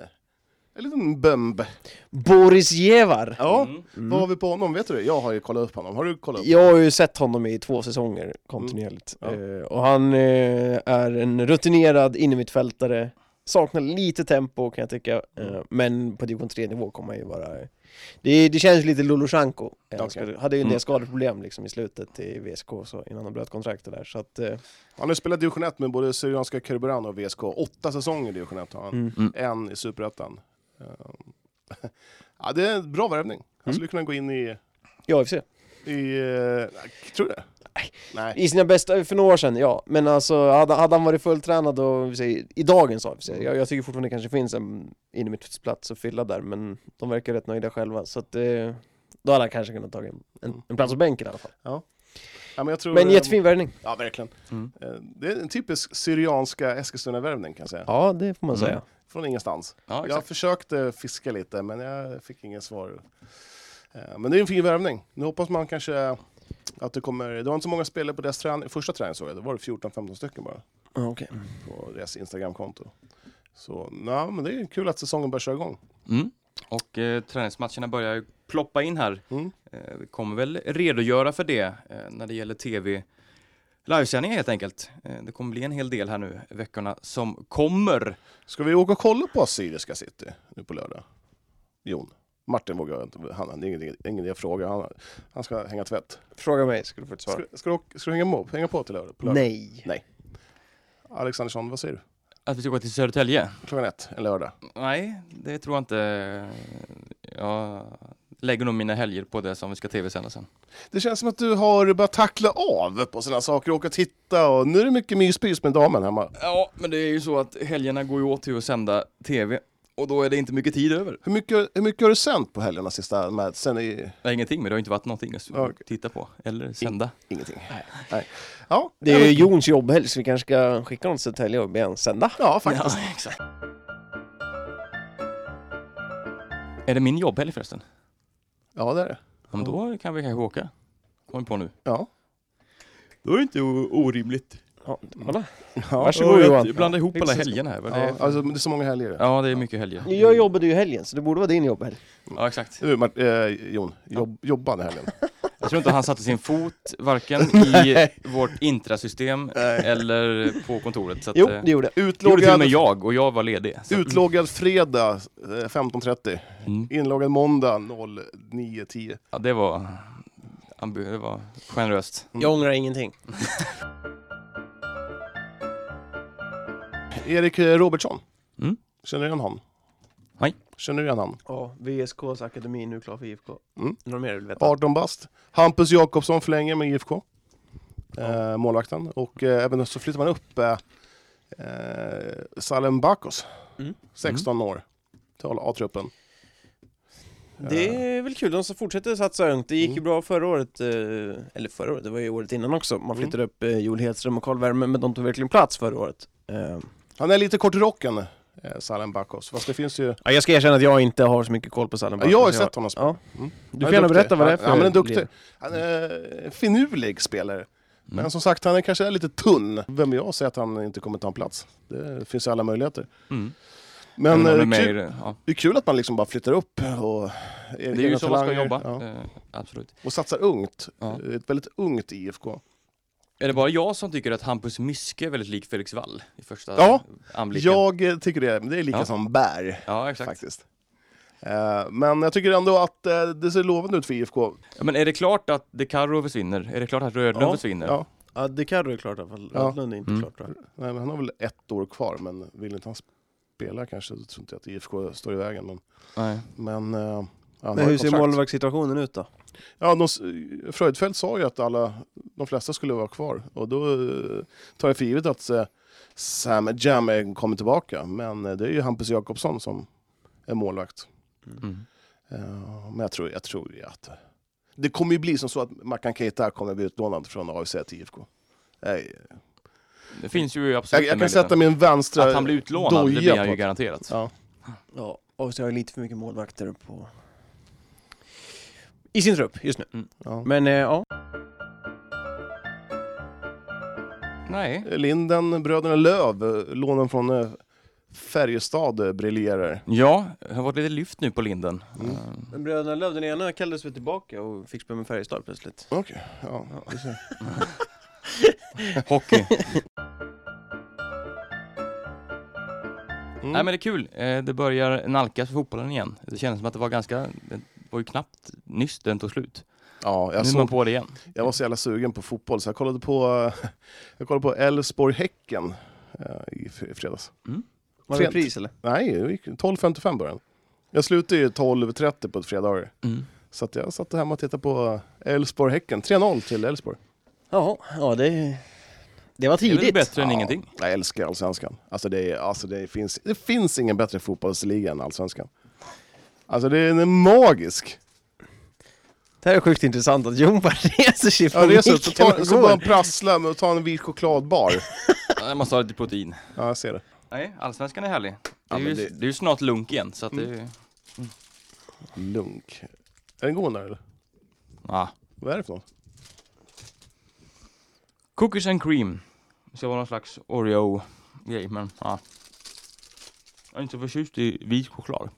S1: en liten bömb.
S2: Boris Jevar!
S1: Ja,
S5: Mm.
S1: vad har vi på honom? Vet du det? Jag har ju kollat upp honom. Har du kollat upp?
S2: Jag har ju sett honom i två säsonger kontinuerligt
S1: Mm.
S2: Eh, och han eh, är en rutinerad innermittfältare Saknar lite tempo kan jag tycka, eh, men på division 3-nivå kommer han ju vara... Det, det känns lite Lulushanko. Eh, han
S1: Okej.
S2: skulle- hade ju en del
S5: Mm.
S2: skadeproblem liksom i slutet i VSK och så, innan han bröt kontraktet där. Så att, eh,
S1: Han har ju spelat division 1 med både Syrianska Kerberan och VSK. Åtta säsonger i division 1 har han.
S2: Mm.
S5: Mm.
S1: En i Superettan. Ehm, ja, det är en bra värvning.
S2: Mm.
S1: Han skulle kunna gå in i...
S2: i AFC.
S1: i eh, tror du det? Nej.
S2: I sina bästa, för några år sedan ja, men alltså hade, hade han varit fulltränad och, vi säger, i dagens AFC, jag, jag tycker fortfarande det kanske finns en innermittfältsplats att fylla där men de verkar rätt nöjda själva så att eh, då hade han kanske kunnat ta en, en, en plats på bänken i alla fall.
S1: Ja, men jag tror,
S2: Men
S1: eh,
S2: jättefin värvning.
S1: Ja, verkligen.
S5: Mm.
S1: Eh, Det är en typisk Syrianska Eskilstuna-värvning kan jag säga.
S2: Ja det får man
S5: Mm.
S2: säga.
S1: Från ingenstans.
S5: Ja,
S1: Jag
S5: exakt.
S1: försökte fiska lite, men jag fick inget svar. Eh, Men det är en fin värvning. Nu hoppas man kanske att det kommer... Det var inte så många spelare på deras träning, första träning såg jag. Det var det 14-15 stycken bara
S2: Ja, okej. Mm.
S1: på deras Instagramkonto. Så nej, men det är kul att säsongen börjar köra igång.
S5: Mm. Och eh, träningsmatcherna börjar ju ploppa in här.
S1: Mm.
S5: Eh, vi kommer väl redogöra för det eh, när det gäller tv livesändningar helt enkelt. Eh, det kommer bli en hel del här nu veckorna som kommer.
S1: Ska vi åka och kolla på Assyriska City nu på lördag? Jon? Martin vågar jag inte, han, han, det är ingen, ingen idé att fråga. Han, han ska hänga tvätt.
S2: Fråga mig ska du få ett svar.
S1: Ska, ska, du, åka- ska du hänga, på, hänga på till lördag? På lördag?
S2: Nej.
S1: Nej. Alexandersson, vad säger du?
S5: Att vi ska gå till Södertälje?
S1: Klockan ett, en lördag.
S5: Nej, det tror jag inte. Jag lägger nog mina helger på det som vi ska tv-sända sen.
S1: Det känns som att du har börjat tackla av på sådana saker och åka och titta och nu är det mycket myspys med damen hemma.
S5: Ja, men det är ju så att helgerna går ju åt till att sända tv och då är det inte mycket tid över.
S1: Hur mycket, hur mycket har du sänt på helgerna sista? Med, sen i,
S5: Nej, ingenting, men det har inte varit någonting att
S1: Okej.
S5: titta på eller sända.
S1: ingenting? Nej. Ja,
S2: Det är ju Jons jobbhelg så vi kanske ska skicka honom till Södertälje och be honom sända.
S1: ja, faktiskt.
S5: Ja, exakt. Är det min jobbhelg förresten?
S1: Ja, det är det.
S5: Ja, men då kan vi kanske åka. Kom vi på nu.
S1: Ja.
S5: Då är det inte orimligt.
S2: Ja, kolla.
S1: Ja.
S2: Varsågod Johan.
S5: Jag blandar ihop alla
S1: Exakt.
S5: helgerna här. vad det är
S1: Ja,
S5: för-
S1: alltså, det är så många helger.
S5: Ja, det är mycket helger.
S2: Jag jobbade ju i helgen så det borde vara din jobbhelg.
S5: Ja, exakt.
S1: Du, Mart, eh, Jon, jobb, jobba den här helgen.
S5: Jag tror inte han satte sin fot varken i vårt intrasystem eller på kontoret. Så att,
S2: Jo,
S5: eh,
S2: det gjorde jag.
S5: det gjorde till och
S1: Utloggad,
S5: med jag och jag var ledig. Så,
S1: utloggad fredag eh, 15.30.
S5: Mm.
S1: Inloggad måndag 09.10.
S5: ja, det var, ambi- det var generöst.
S2: Jag ångrar ingenting.
S1: Erik eh, Robertsson.
S5: Mm.
S1: Känner du igen han?
S5: Nej.
S1: Känner du igen han?
S2: Ja, VSKs akademi nu klar för IFK.
S1: Mm.
S2: Någon mer vill veta?
S1: 18 bast. Hampus Jakobsson förlänger med IFK. Eh, målvakten. Och eh, även så flyttar man upp eh, eh, Salem Bakos.
S2: Mm.
S1: 16 år. Till A-truppen. Eh,
S2: Det är väl kul, de som fortsätter satsa ungt. Det gick ju
S1: Mm.
S2: bra förra året, eh, eller förra året, det var ju året innan också. Man
S1: Mm.
S2: flyttade upp eh, Joel Hedström och Karl Werme, men de tog verkligen plats förra året. Eh,
S1: Han är lite kort i rocken, eh, Salem Bakos. Fast det finns ju...
S2: Ja, jag ska erkänna att jag inte har så mycket koll på Salem
S1: Ja, jag har ju sett honom spela.
S2: Ja.
S1: Mm.
S2: Du
S1: Han
S2: får
S1: är
S2: gärna
S1: duktig.
S2: berätta vad det är
S1: Han-
S2: för
S1: Han är duktig.
S2: led.
S1: Han är en finurlig spelare.
S5: Mm.
S1: Men som sagt, han är kanske är lite tunn. Vem är jag säger att han inte kommer ta en plats? Det finns ju alla möjligheter.
S5: Mm.
S1: Men
S5: Även om
S1: eh,
S5: de är med i
S1: kul,
S5: det, ja.
S1: det är kul att man liksom bara flyttar upp och...
S5: det är ju så man ska jobba. Eh, absolut.
S1: och satsar ungt.
S5: Ja.
S1: Eh, Ett väldigt ungt IFK.
S5: Är det bara jag som tycker att Hampus Myske är väldigt lik Felix Wall i första
S1: Ja,
S5: anblicken?
S1: Jag eh, tycker det, men det är lika
S5: Ja.
S1: som bär
S5: Ja, exakt.
S1: faktiskt. Eh, men jag tycker ändå att eh, det ser lovande ut för IFK.
S5: Ja, Men är det klart att De Caro försvinner? Är det klart att Rödlund
S2: Ja,
S5: försvinner?
S1: Ja.
S2: Ja, det kan du ju klart i alla fall.
S1: Ja.
S2: Rödlund är inte
S5: Mm.
S2: klart tror jag.
S1: Nej, men han har väl ett år kvar, men vill inte han spela kanske så tror inte jag att IFK står i vägen. Men,
S5: Nej.
S1: men, eh, han har
S2: Men
S1: ju
S2: hur ser
S1: kontrakt.
S2: målvaktssituationen ut då?
S1: Ja, de, s- Freudfeldt sa ju att alla, de flesta skulle vara kvar och då eh, tar jag för givet att eh, Sam Jamme kommer tillbaka. Men eh, det är ju Hampus Jakobsson som är målvakt.
S5: Mm.
S1: Eh, Men jag tror, jag tror ju att eh, det kommer ju bli som så att Mackan Keita kommer bli utlånad från AFC till IFK. Nej,
S5: Det finns ju absolut
S1: Jag,
S5: den
S1: jag kan
S5: möjligheten.
S1: sätta min vänstra
S5: Att han blir utlånad, det
S1: doja
S5: blir han
S1: på
S5: ju
S1: att-
S5: garanterat.
S1: Ja.
S2: Ja, och så har jag lite för mycket målvakter på... I sin trupp just nu.
S1: Ja.
S2: Men eh, ja,
S5: Nej.
S1: Linden, bröderna Löv, lånen från eh, Färjestad eh, briljerar.
S5: Ja, det har varit lite lyft nu på linden.
S1: Mm.
S5: Eh,
S2: men bröderna Löv, den ena kallades väl tillbaka och fick spela med Färjestad plötsligt.
S1: Okej, ja.
S5: Eh, Hockey.
S1: Mm.
S5: Nej men det är kul. Eh, Det börjar nalkas för fotbollen igen. Det kändes som att det var ganska, det var ju knappt nyss den tog slut.
S1: ja,
S5: nu
S1: jag,
S5: är man
S1: såg,
S5: på det igen.
S1: jag var så jävla sugen på fotboll så jag kollade på jag kollade på Elfsborg-Häcken eh, i fr- i fredags.
S2: Var det
S1: Sent.
S2: pris eller?
S1: Nej, det gick 12.55 början. Jag slutar ju 12.30 på ett fredagar.
S5: Mm.
S1: Så att jag satt hemma och tittade på Elfsborg-Häcken. 3-0 till Elfsborg.
S2: Ja, ja det... Det var
S5: Det är
S2: tidigt.
S5: väl bättre än
S1: Ja,
S5: ingenting.
S1: Jag älskar Allsvenskan. Alltså det, är, alltså det, finns, det finns ingen bättre fotbollsliga än Allsvenskan. Alltså det är, den är magisk.
S2: Det här är sjukt intressant att Jon bara reser sig
S1: Ja,
S2: från
S1: reser upp, så,
S2: micken
S1: tar,
S2: och
S1: så
S2: går.
S1: bara prasslar med och tar en vit chokladbar.
S5: Ja, Jag måste ha lite protein.
S1: Ja, jag ser det.
S5: Nej, allsvenskan är härlig. Det är,
S1: Ja, men
S5: ju,
S1: det- Mm.
S5: det... är ju snart lunk igen så att det är ju...
S1: Lunk. Är den god den här, eller?
S5: Ah.
S1: Vad är det för något?
S5: Cookies and cream. Det ska vara någon slags Oreo-grej men ja. Jag är inte så förtjust i vit choklad.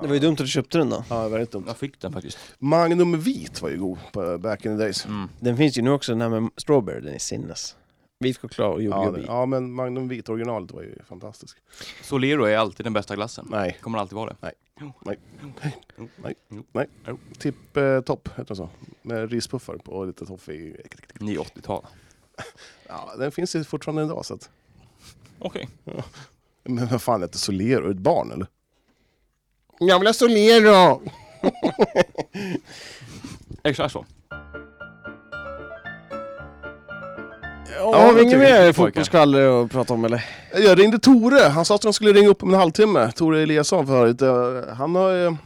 S2: Det var ju dumt att du köpte den då.
S1: Ja, väldigt dumt.
S5: Jag fick den faktiskt.
S1: Magnum vit var ju god på back in the days.
S5: Mm.
S2: Den finns ju nu också, den här med strawberry, den är sinnes. Vit choklad och
S1: Ja,
S2: jordgubb
S1: det,
S2: i.
S1: ja, men Magnum Vit-originalet var ju fantastisk.
S5: Solero är alltid den bästa glassen.
S1: Nej.
S5: Kommer alltid vara det.
S1: Nej. Nej. Nej. Nej. Nej. Tipp eh, topp, heter den så. Med rispuffar på och lite toffee.
S5: Ni 80-tal.
S1: Ja, den finns ju fortfarande idag så att...
S5: Okej.
S1: Ja. Men vad fan heter Solero? Ett barn eller? Jag vill ha Solero!
S5: Exakt så.
S1: Ja,
S2: Ja,
S1: det
S2: inget
S1: tycker
S2: mer
S1: jag, pojkar.
S2: fotbollsskvaller att prata om eller?
S1: Jag ringde Tore, han sa att han skulle ringa upp om en halvtimme. Tore Eliasson förut. Eh, Han har... eh,
S2: Han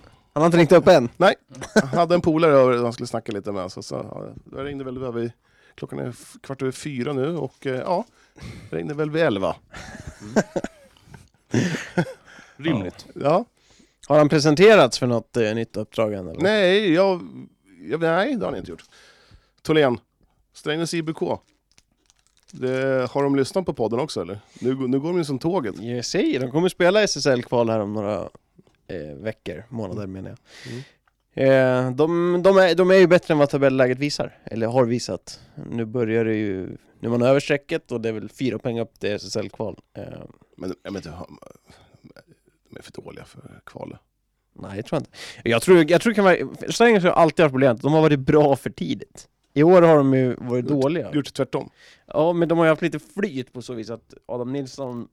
S2: har inte ringt upp än?
S1: Nej, han hade en polare över han skulle snacka lite med. Så, så, ja, jag ringde väl över... Klockan är f- kvart över fyra nu och eh, ja, jag ringde väl vid elva.
S5: Rimligt.
S1: Ja.
S2: Har han presenterats för något eh, nytt uppdrag än eller?
S1: Nej, jag, jag... Nej, det har ni inte gjort. Tholén, Strängnäs IBK. Det, har de lyssnat på podden också eller? Nu, går- nu går de ju som tåget.
S2: Jag säger, de kommer spela SSL-kval här om några eh, veckor, månader menar jag. Eh, de, de, är, de är ju bättre än vad tabelläget visar, eller har visat. Nu börjar det ju, nu är man över strecket och det är väl fyra poäng upp till SSL-kval. Eh,
S1: Men, jag vet inte, han- de är för dåliga för kvalet.
S2: nej, jag tror inte. Jag tror, jag tror det kan vara, Strängnäs har alltid haft problemet, de har varit bra för tidigt. I år har de ju varit dåliga.
S1: Gjort tvärtom.
S2: Ja, men de har ju haft lite flyt på så vis att Adam Nilsson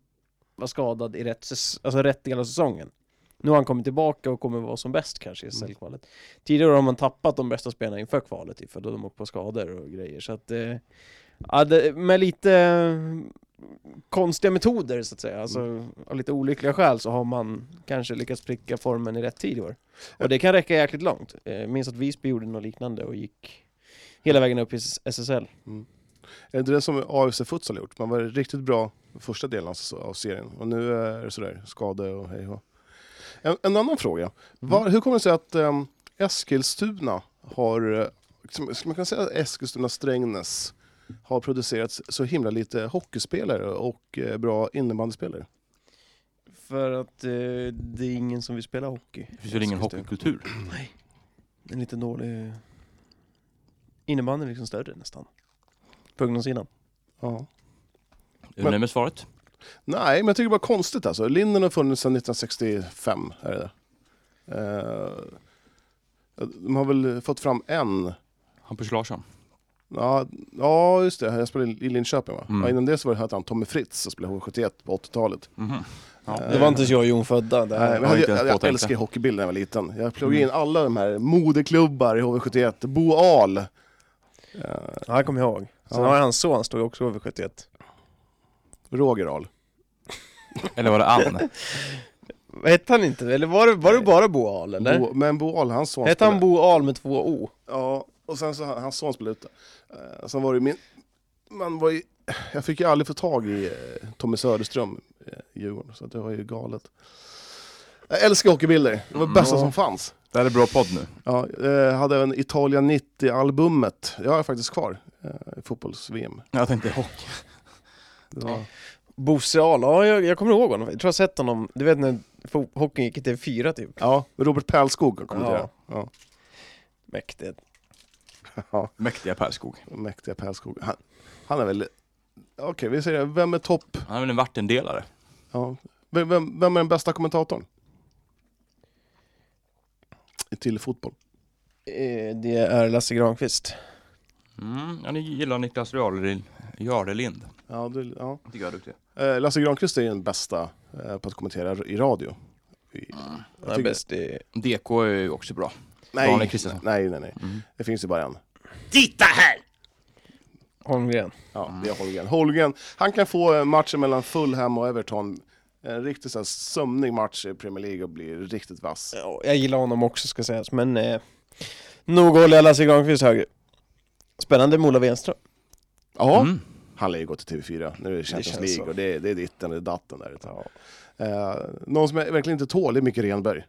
S2: var skadad i rätt, säs- alltså rätt del av säsongen. Nu har han kommit tillbaka och kommer vara som bäst kanske i SSL-kvalet. Tidigare har man tappat de bästa spelarna inför kvalet ju, för då de åkt på skador och grejer. Så att, eh, ja, det, med lite eh, konstiga metoder så att säga, alltså av lite olyckliga skäl så har man kanske lyckats pricka formen i rätt tid i år. Och det kan räcka jäkligt långt. Eh, minns att Visby gjorde något liknande och gick hela vägen upp i SSL.
S1: Är det inte det som AFC Futsal har gjort? Man var riktigt bra första delen av säs- av serien och nu är det sådär, skade och hej och hå. en, en annan fråga. Var, hur kommer det sig att ehm, Eskilstuna har, eh, som- ska man kunna säga att Eskilstuna-Strängnäs har producerat så himla lite hockeyspelare och eh, bra innebandyspelare?
S2: För att eh, det är ingen som vill spela hockey.
S5: Det finns väl ingen hockeykultur?
S2: Nej. En lite dålig... Innebandyn är liksom större nästan. På ungdomssidan.
S1: Ja.
S5: Unnar med svaret.
S1: Nej, men jag tycker det var konstigt alltså. Linden har funnits sedan 1965. Är det. Eh, de har väl fått fram en
S5: Hampus Larsson.
S1: Ja, ja just det. Han spelade i Linköping va?
S5: Mm.
S1: Ja, innan det så var det hette han Tommy Fritz som spelade H71 på 80-talet.
S5: Mhm. Ja.
S1: Eh,
S2: Det var inte ens jag och Jon födda. Det
S1: Nej,
S2: här.
S1: men jag,
S5: inte ens
S1: jag, jag
S5: påtänkt
S1: älskade
S5: det. Mm.
S1: hockeybilden när jag var liten. Jag pluggade in alla de här modeklubbar i HV71. Bo Ahl. Eh,
S2: Ja, jag kommer jag ihåg. Sen
S1: Ja.
S2: har jag hans son, stod också över 71.
S1: Roger Ahl.
S5: Eller var det Ann?
S2: Hette han inte Eller var det, var det bara Bo Ahl eller?
S1: Bo, men Bo Ahl, hans son
S2: Hette han
S1: spelade-
S2: Bo Ahl med två O?
S1: Ja, och sen så hans son spelade ute. Eh, sen var det min... Man var ju... Jag fick ju aldrig få tag i eh, Tommy Söderström eh, i Djurgården, så det var ju galet. Jag älskar hockeybilder. Det var det bästa
S5: Ja.
S1: som fanns.
S5: Det här är bra podd nu.
S1: Ja, jag hade även Italien 90-albumet. Jag har faktiskt kvar eh, i fotbolls-VM.
S5: Jag tänkte hockey.
S1: Det var...
S2: Bosse Ahl, ja jag, jag kommer ihåg honom. Jag tror jag sett honom, du vet när fo- hockeyn gick i TV4 typ.
S1: Ja, Robert Pärlskog har kommenterat. Ja.
S2: Mäktigt.
S1: Ja.
S5: Mäktiga Pärskog.
S1: Mäktiga Pärlskog. Han, han är väl... Okej, vi säger det. Vem är topp?
S5: Han är väl en vattendelare?
S1: Ja. Vem, vem, vem är den bästa kommentatorn? Till fotboll.
S2: Eh, Det är Lasse Granqvist.
S5: Mm, ja, ni gillar Niklas Jarlelind. Jarlelind.
S1: Ja, du, ja.
S5: Tycker jag är duktig.
S1: Eh, Lasse Granqvist är ju den bästa eh, på att kommentera i radio. I,
S2: Han är
S1: tycker-
S2: bäst i...
S5: DK är ju också bra. Daniel
S1: nej,
S5: Kristersson.
S1: nej, nej, nej. Det finns ju bara en.
S2: Holmgren.
S1: Ja,
S5: Mm.
S1: det är Holgen. Holgen, han kan få eh, matchen mellan Fulham och Everton. En riktigt så här sömnig match i Premier League och bli riktigt vass.
S2: Ja, jag gillar honom också ska sägas, men eh, nog håller jag Lasse Granqvist högre. Spännande med Ola Wenström.
S1: Ja,
S5: Mm.
S1: han lär ju gå till TV4. Nu är det Champions
S2: känns
S1: League
S2: så.
S1: och det är, det är ditten och datten där. ett tag. Eh, någon som jag verkligen inte tål är Micke Renberg.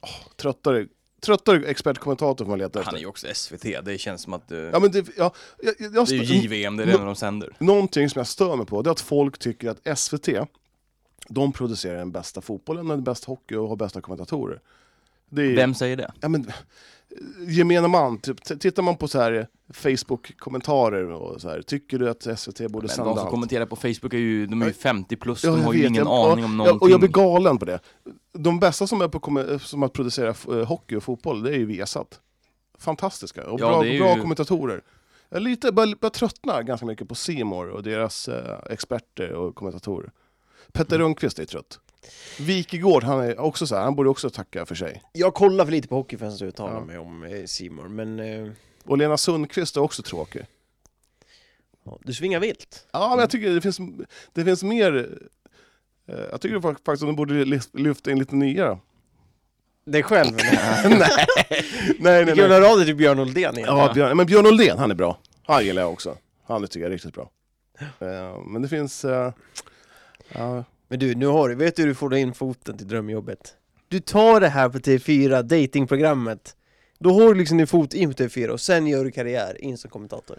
S1: Åh, tröttare, tröttare expertkommentator får man leta
S5: Han är
S1: efter.
S5: ju också SVT. Det känns som att... eh,
S1: Ja, men alltså, det, ja, jag, jag, jag,
S5: det är ju JVM, det är det enda de sänder.
S1: Någonting som jag stör mig på det är att folk tycker att SVT, de producerar den bästa fotbollen, den bästa hockey och har bästa kommentatorer.
S5: Vem säger det?
S1: Ja, men, eh, gemene man, typ, t- tittar man på så här Facebook-kommentarer och så här, tycker du att SVT borde
S5: Men
S1: sända
S5: de som
S1: allt?
S5: kommenterar på Facebook är ju, de är ju 50 plus,
S1: Ja,
S5: de
S1: jag
S5: har ju
S1: vet,
S5: ingen
S1: jag-
S5: aning
S1: ja,
S5: om
S1: Och jag blir
S5: någonting.
S1: galen på det. De bästa som är på kommer- som att producera f- eh, hockey och fotboll, det är ju Viasat. Fantastiska, och
S5: Ja,
S1: bra,
S5: det är
S1: bra
S5: ju-
S1: kommentatorer. Jag lite, börjar, börjar tröttna ganska mycket på Simor och deras eh, experter och kommentatorer. Petter
S5: Mm.
S1: Rundqvist är trött. Wikegård, han är också så här, han borde också tacka för sig.
S2: Jag kollar för lite på hockey förrän jag uttalar
S1: Ja.
S2: mig om Simor, men eh,
S1: Och Lena Sundqvist är också tråkig.
S2: ja, du svingar vilt.
S1: Ja, men jag tycker det finns, det finns mer... eh, Jag tycker fak- faktiskt att de borde lyf- lyfta in lite nya.
S2: Dig själv?
S1: nej, nej, nej.
S2: Vilken
S1: nej.
S2: höra av dig till Björn Oldén igen.
S1: Ja, Björn, men Björn Oldén, han är bra. Han gillar jag också. Han tycker jag är riktigt bra. Eh, Men det finns... eh, ja.
S2: Men du, nu har du, vet du hur du får in foten till drömjobbet? Du tar det här på TV4, datingprogrammet Då har du liksom din fot in på TV4 och sen gör du karriär in som kommentator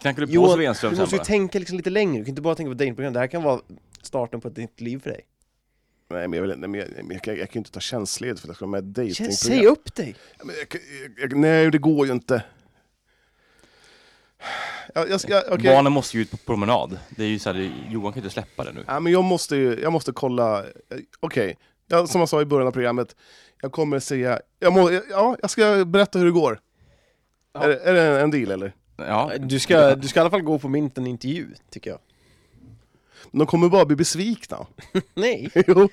S5: Knackar du på
S2: Johan,
S5: Svenström
S2: du
S5: sen
S2: måste ju
S5: bara?
S2: tänka liksom lite längre, du kan inte bara tänka på datingprogram, det här kan vara starten på ett nytt liv för dig
S1: Nej, men jag, vill, nej, men jag, men jag, kan- jag kan ju inte ta tjänstledigt för att jag ska vara med i ett dejtingprogram.
S2: Känn, Säg upp dig!
S1: Ja, men jag kan- jag- jag- Nej, det går ju inte. Jag, jag ska, okej.
S5: Barnen måste ju ut på promenad. Det är ju så här, det- Johan kan ju inte släppa det nu.
S1: Ja, men jag måste ju, jag måste kolla, eh, okej, ja, som jag sa i början av programmet, jag kommer säga, jag, må, ja, jag ska berätta hur det går. Är, det- är det en deal eller?
S5: Ja,
S2: Du ska, du ska i alla fall gå på min liten intervju, tycker jag
S1: De kommer bara bli besvikna.
S2: Nej!
S1: jo.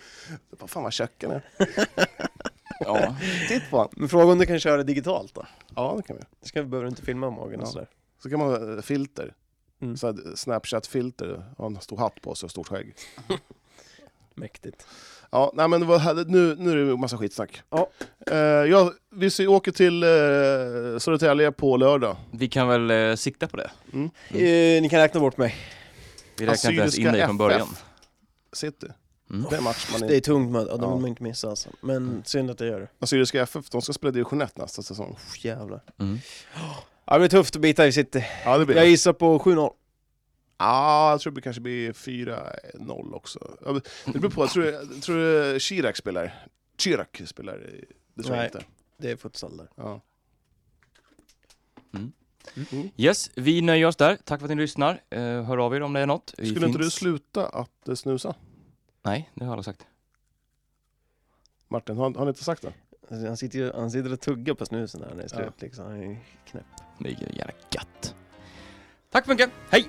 S1: Vad fan vad köken är.
S5: ja.
S1: Titt på han.
S2: Men fråga om du kan köra det digitalt då?
S1: Ja, det kan vi.
S2: Det ska, behöver du inte filma magen och
S1: Ja.
S2: sådär
S1: Så kan man ha eh, filter.
S2: Mm.
S1: Så här, eh, Snapchat-filter, ha en stor hatt på sig och stort skägg.
S2: Mäktigt
S1: Ja, nej men vad, hade- nu, nu är det massa skitsnack.
S2: Ja.
S1: Eh, jag, vi ser- åker till uh, Södertälje på lördag.
S5: Vi kan väl eh, sikta på det.
S2: eh, Ni kan räkna bort mig,
S5: Vi räknar inte ens in dig från början.
S1: City.
S5: Mm.
S1: Det är match man
S2: det är
S1: är.
S2: tungt med, ja, det
S1: Ja.
S2: vill man inte missa alltså Men synd att jag gör det,
S1: Assyriska FF, de ska spela division 1 nästa säsong.
S2: Pff, jävlar
S5: Mm.
S2: Ja, det blir tufft att bita i city.
S1: Ja, det blir
S2: Jag gissar på 7-0.
S1: Ja, jag tror det kanske blir 4-0 också. Ja, men Det beror på, jag tror, jag tror Chirac spelar. Chirac spelar, det tror
S2: Nej.
S1: jag inte.
S2: Det är futsal där.
S1: Ja.
S5: Yes, vi nöjer oss där. Tack för att ni lyssnar. Eh, hör av er om det är något. Vi
S1: Skulle inte du
S5: finns-
S1: sluta att eh, snusa?
S5: Nej, det har jag aldrig sagt.
S1: Martin, har, har ni inte sagt det?
S2: Alltså, han, sitter ju, han sitter och tuggar på snusen när han är slut liksom. Han är knäpp.
S5: Det är ju jävla gött. Tack så mycket. Hej!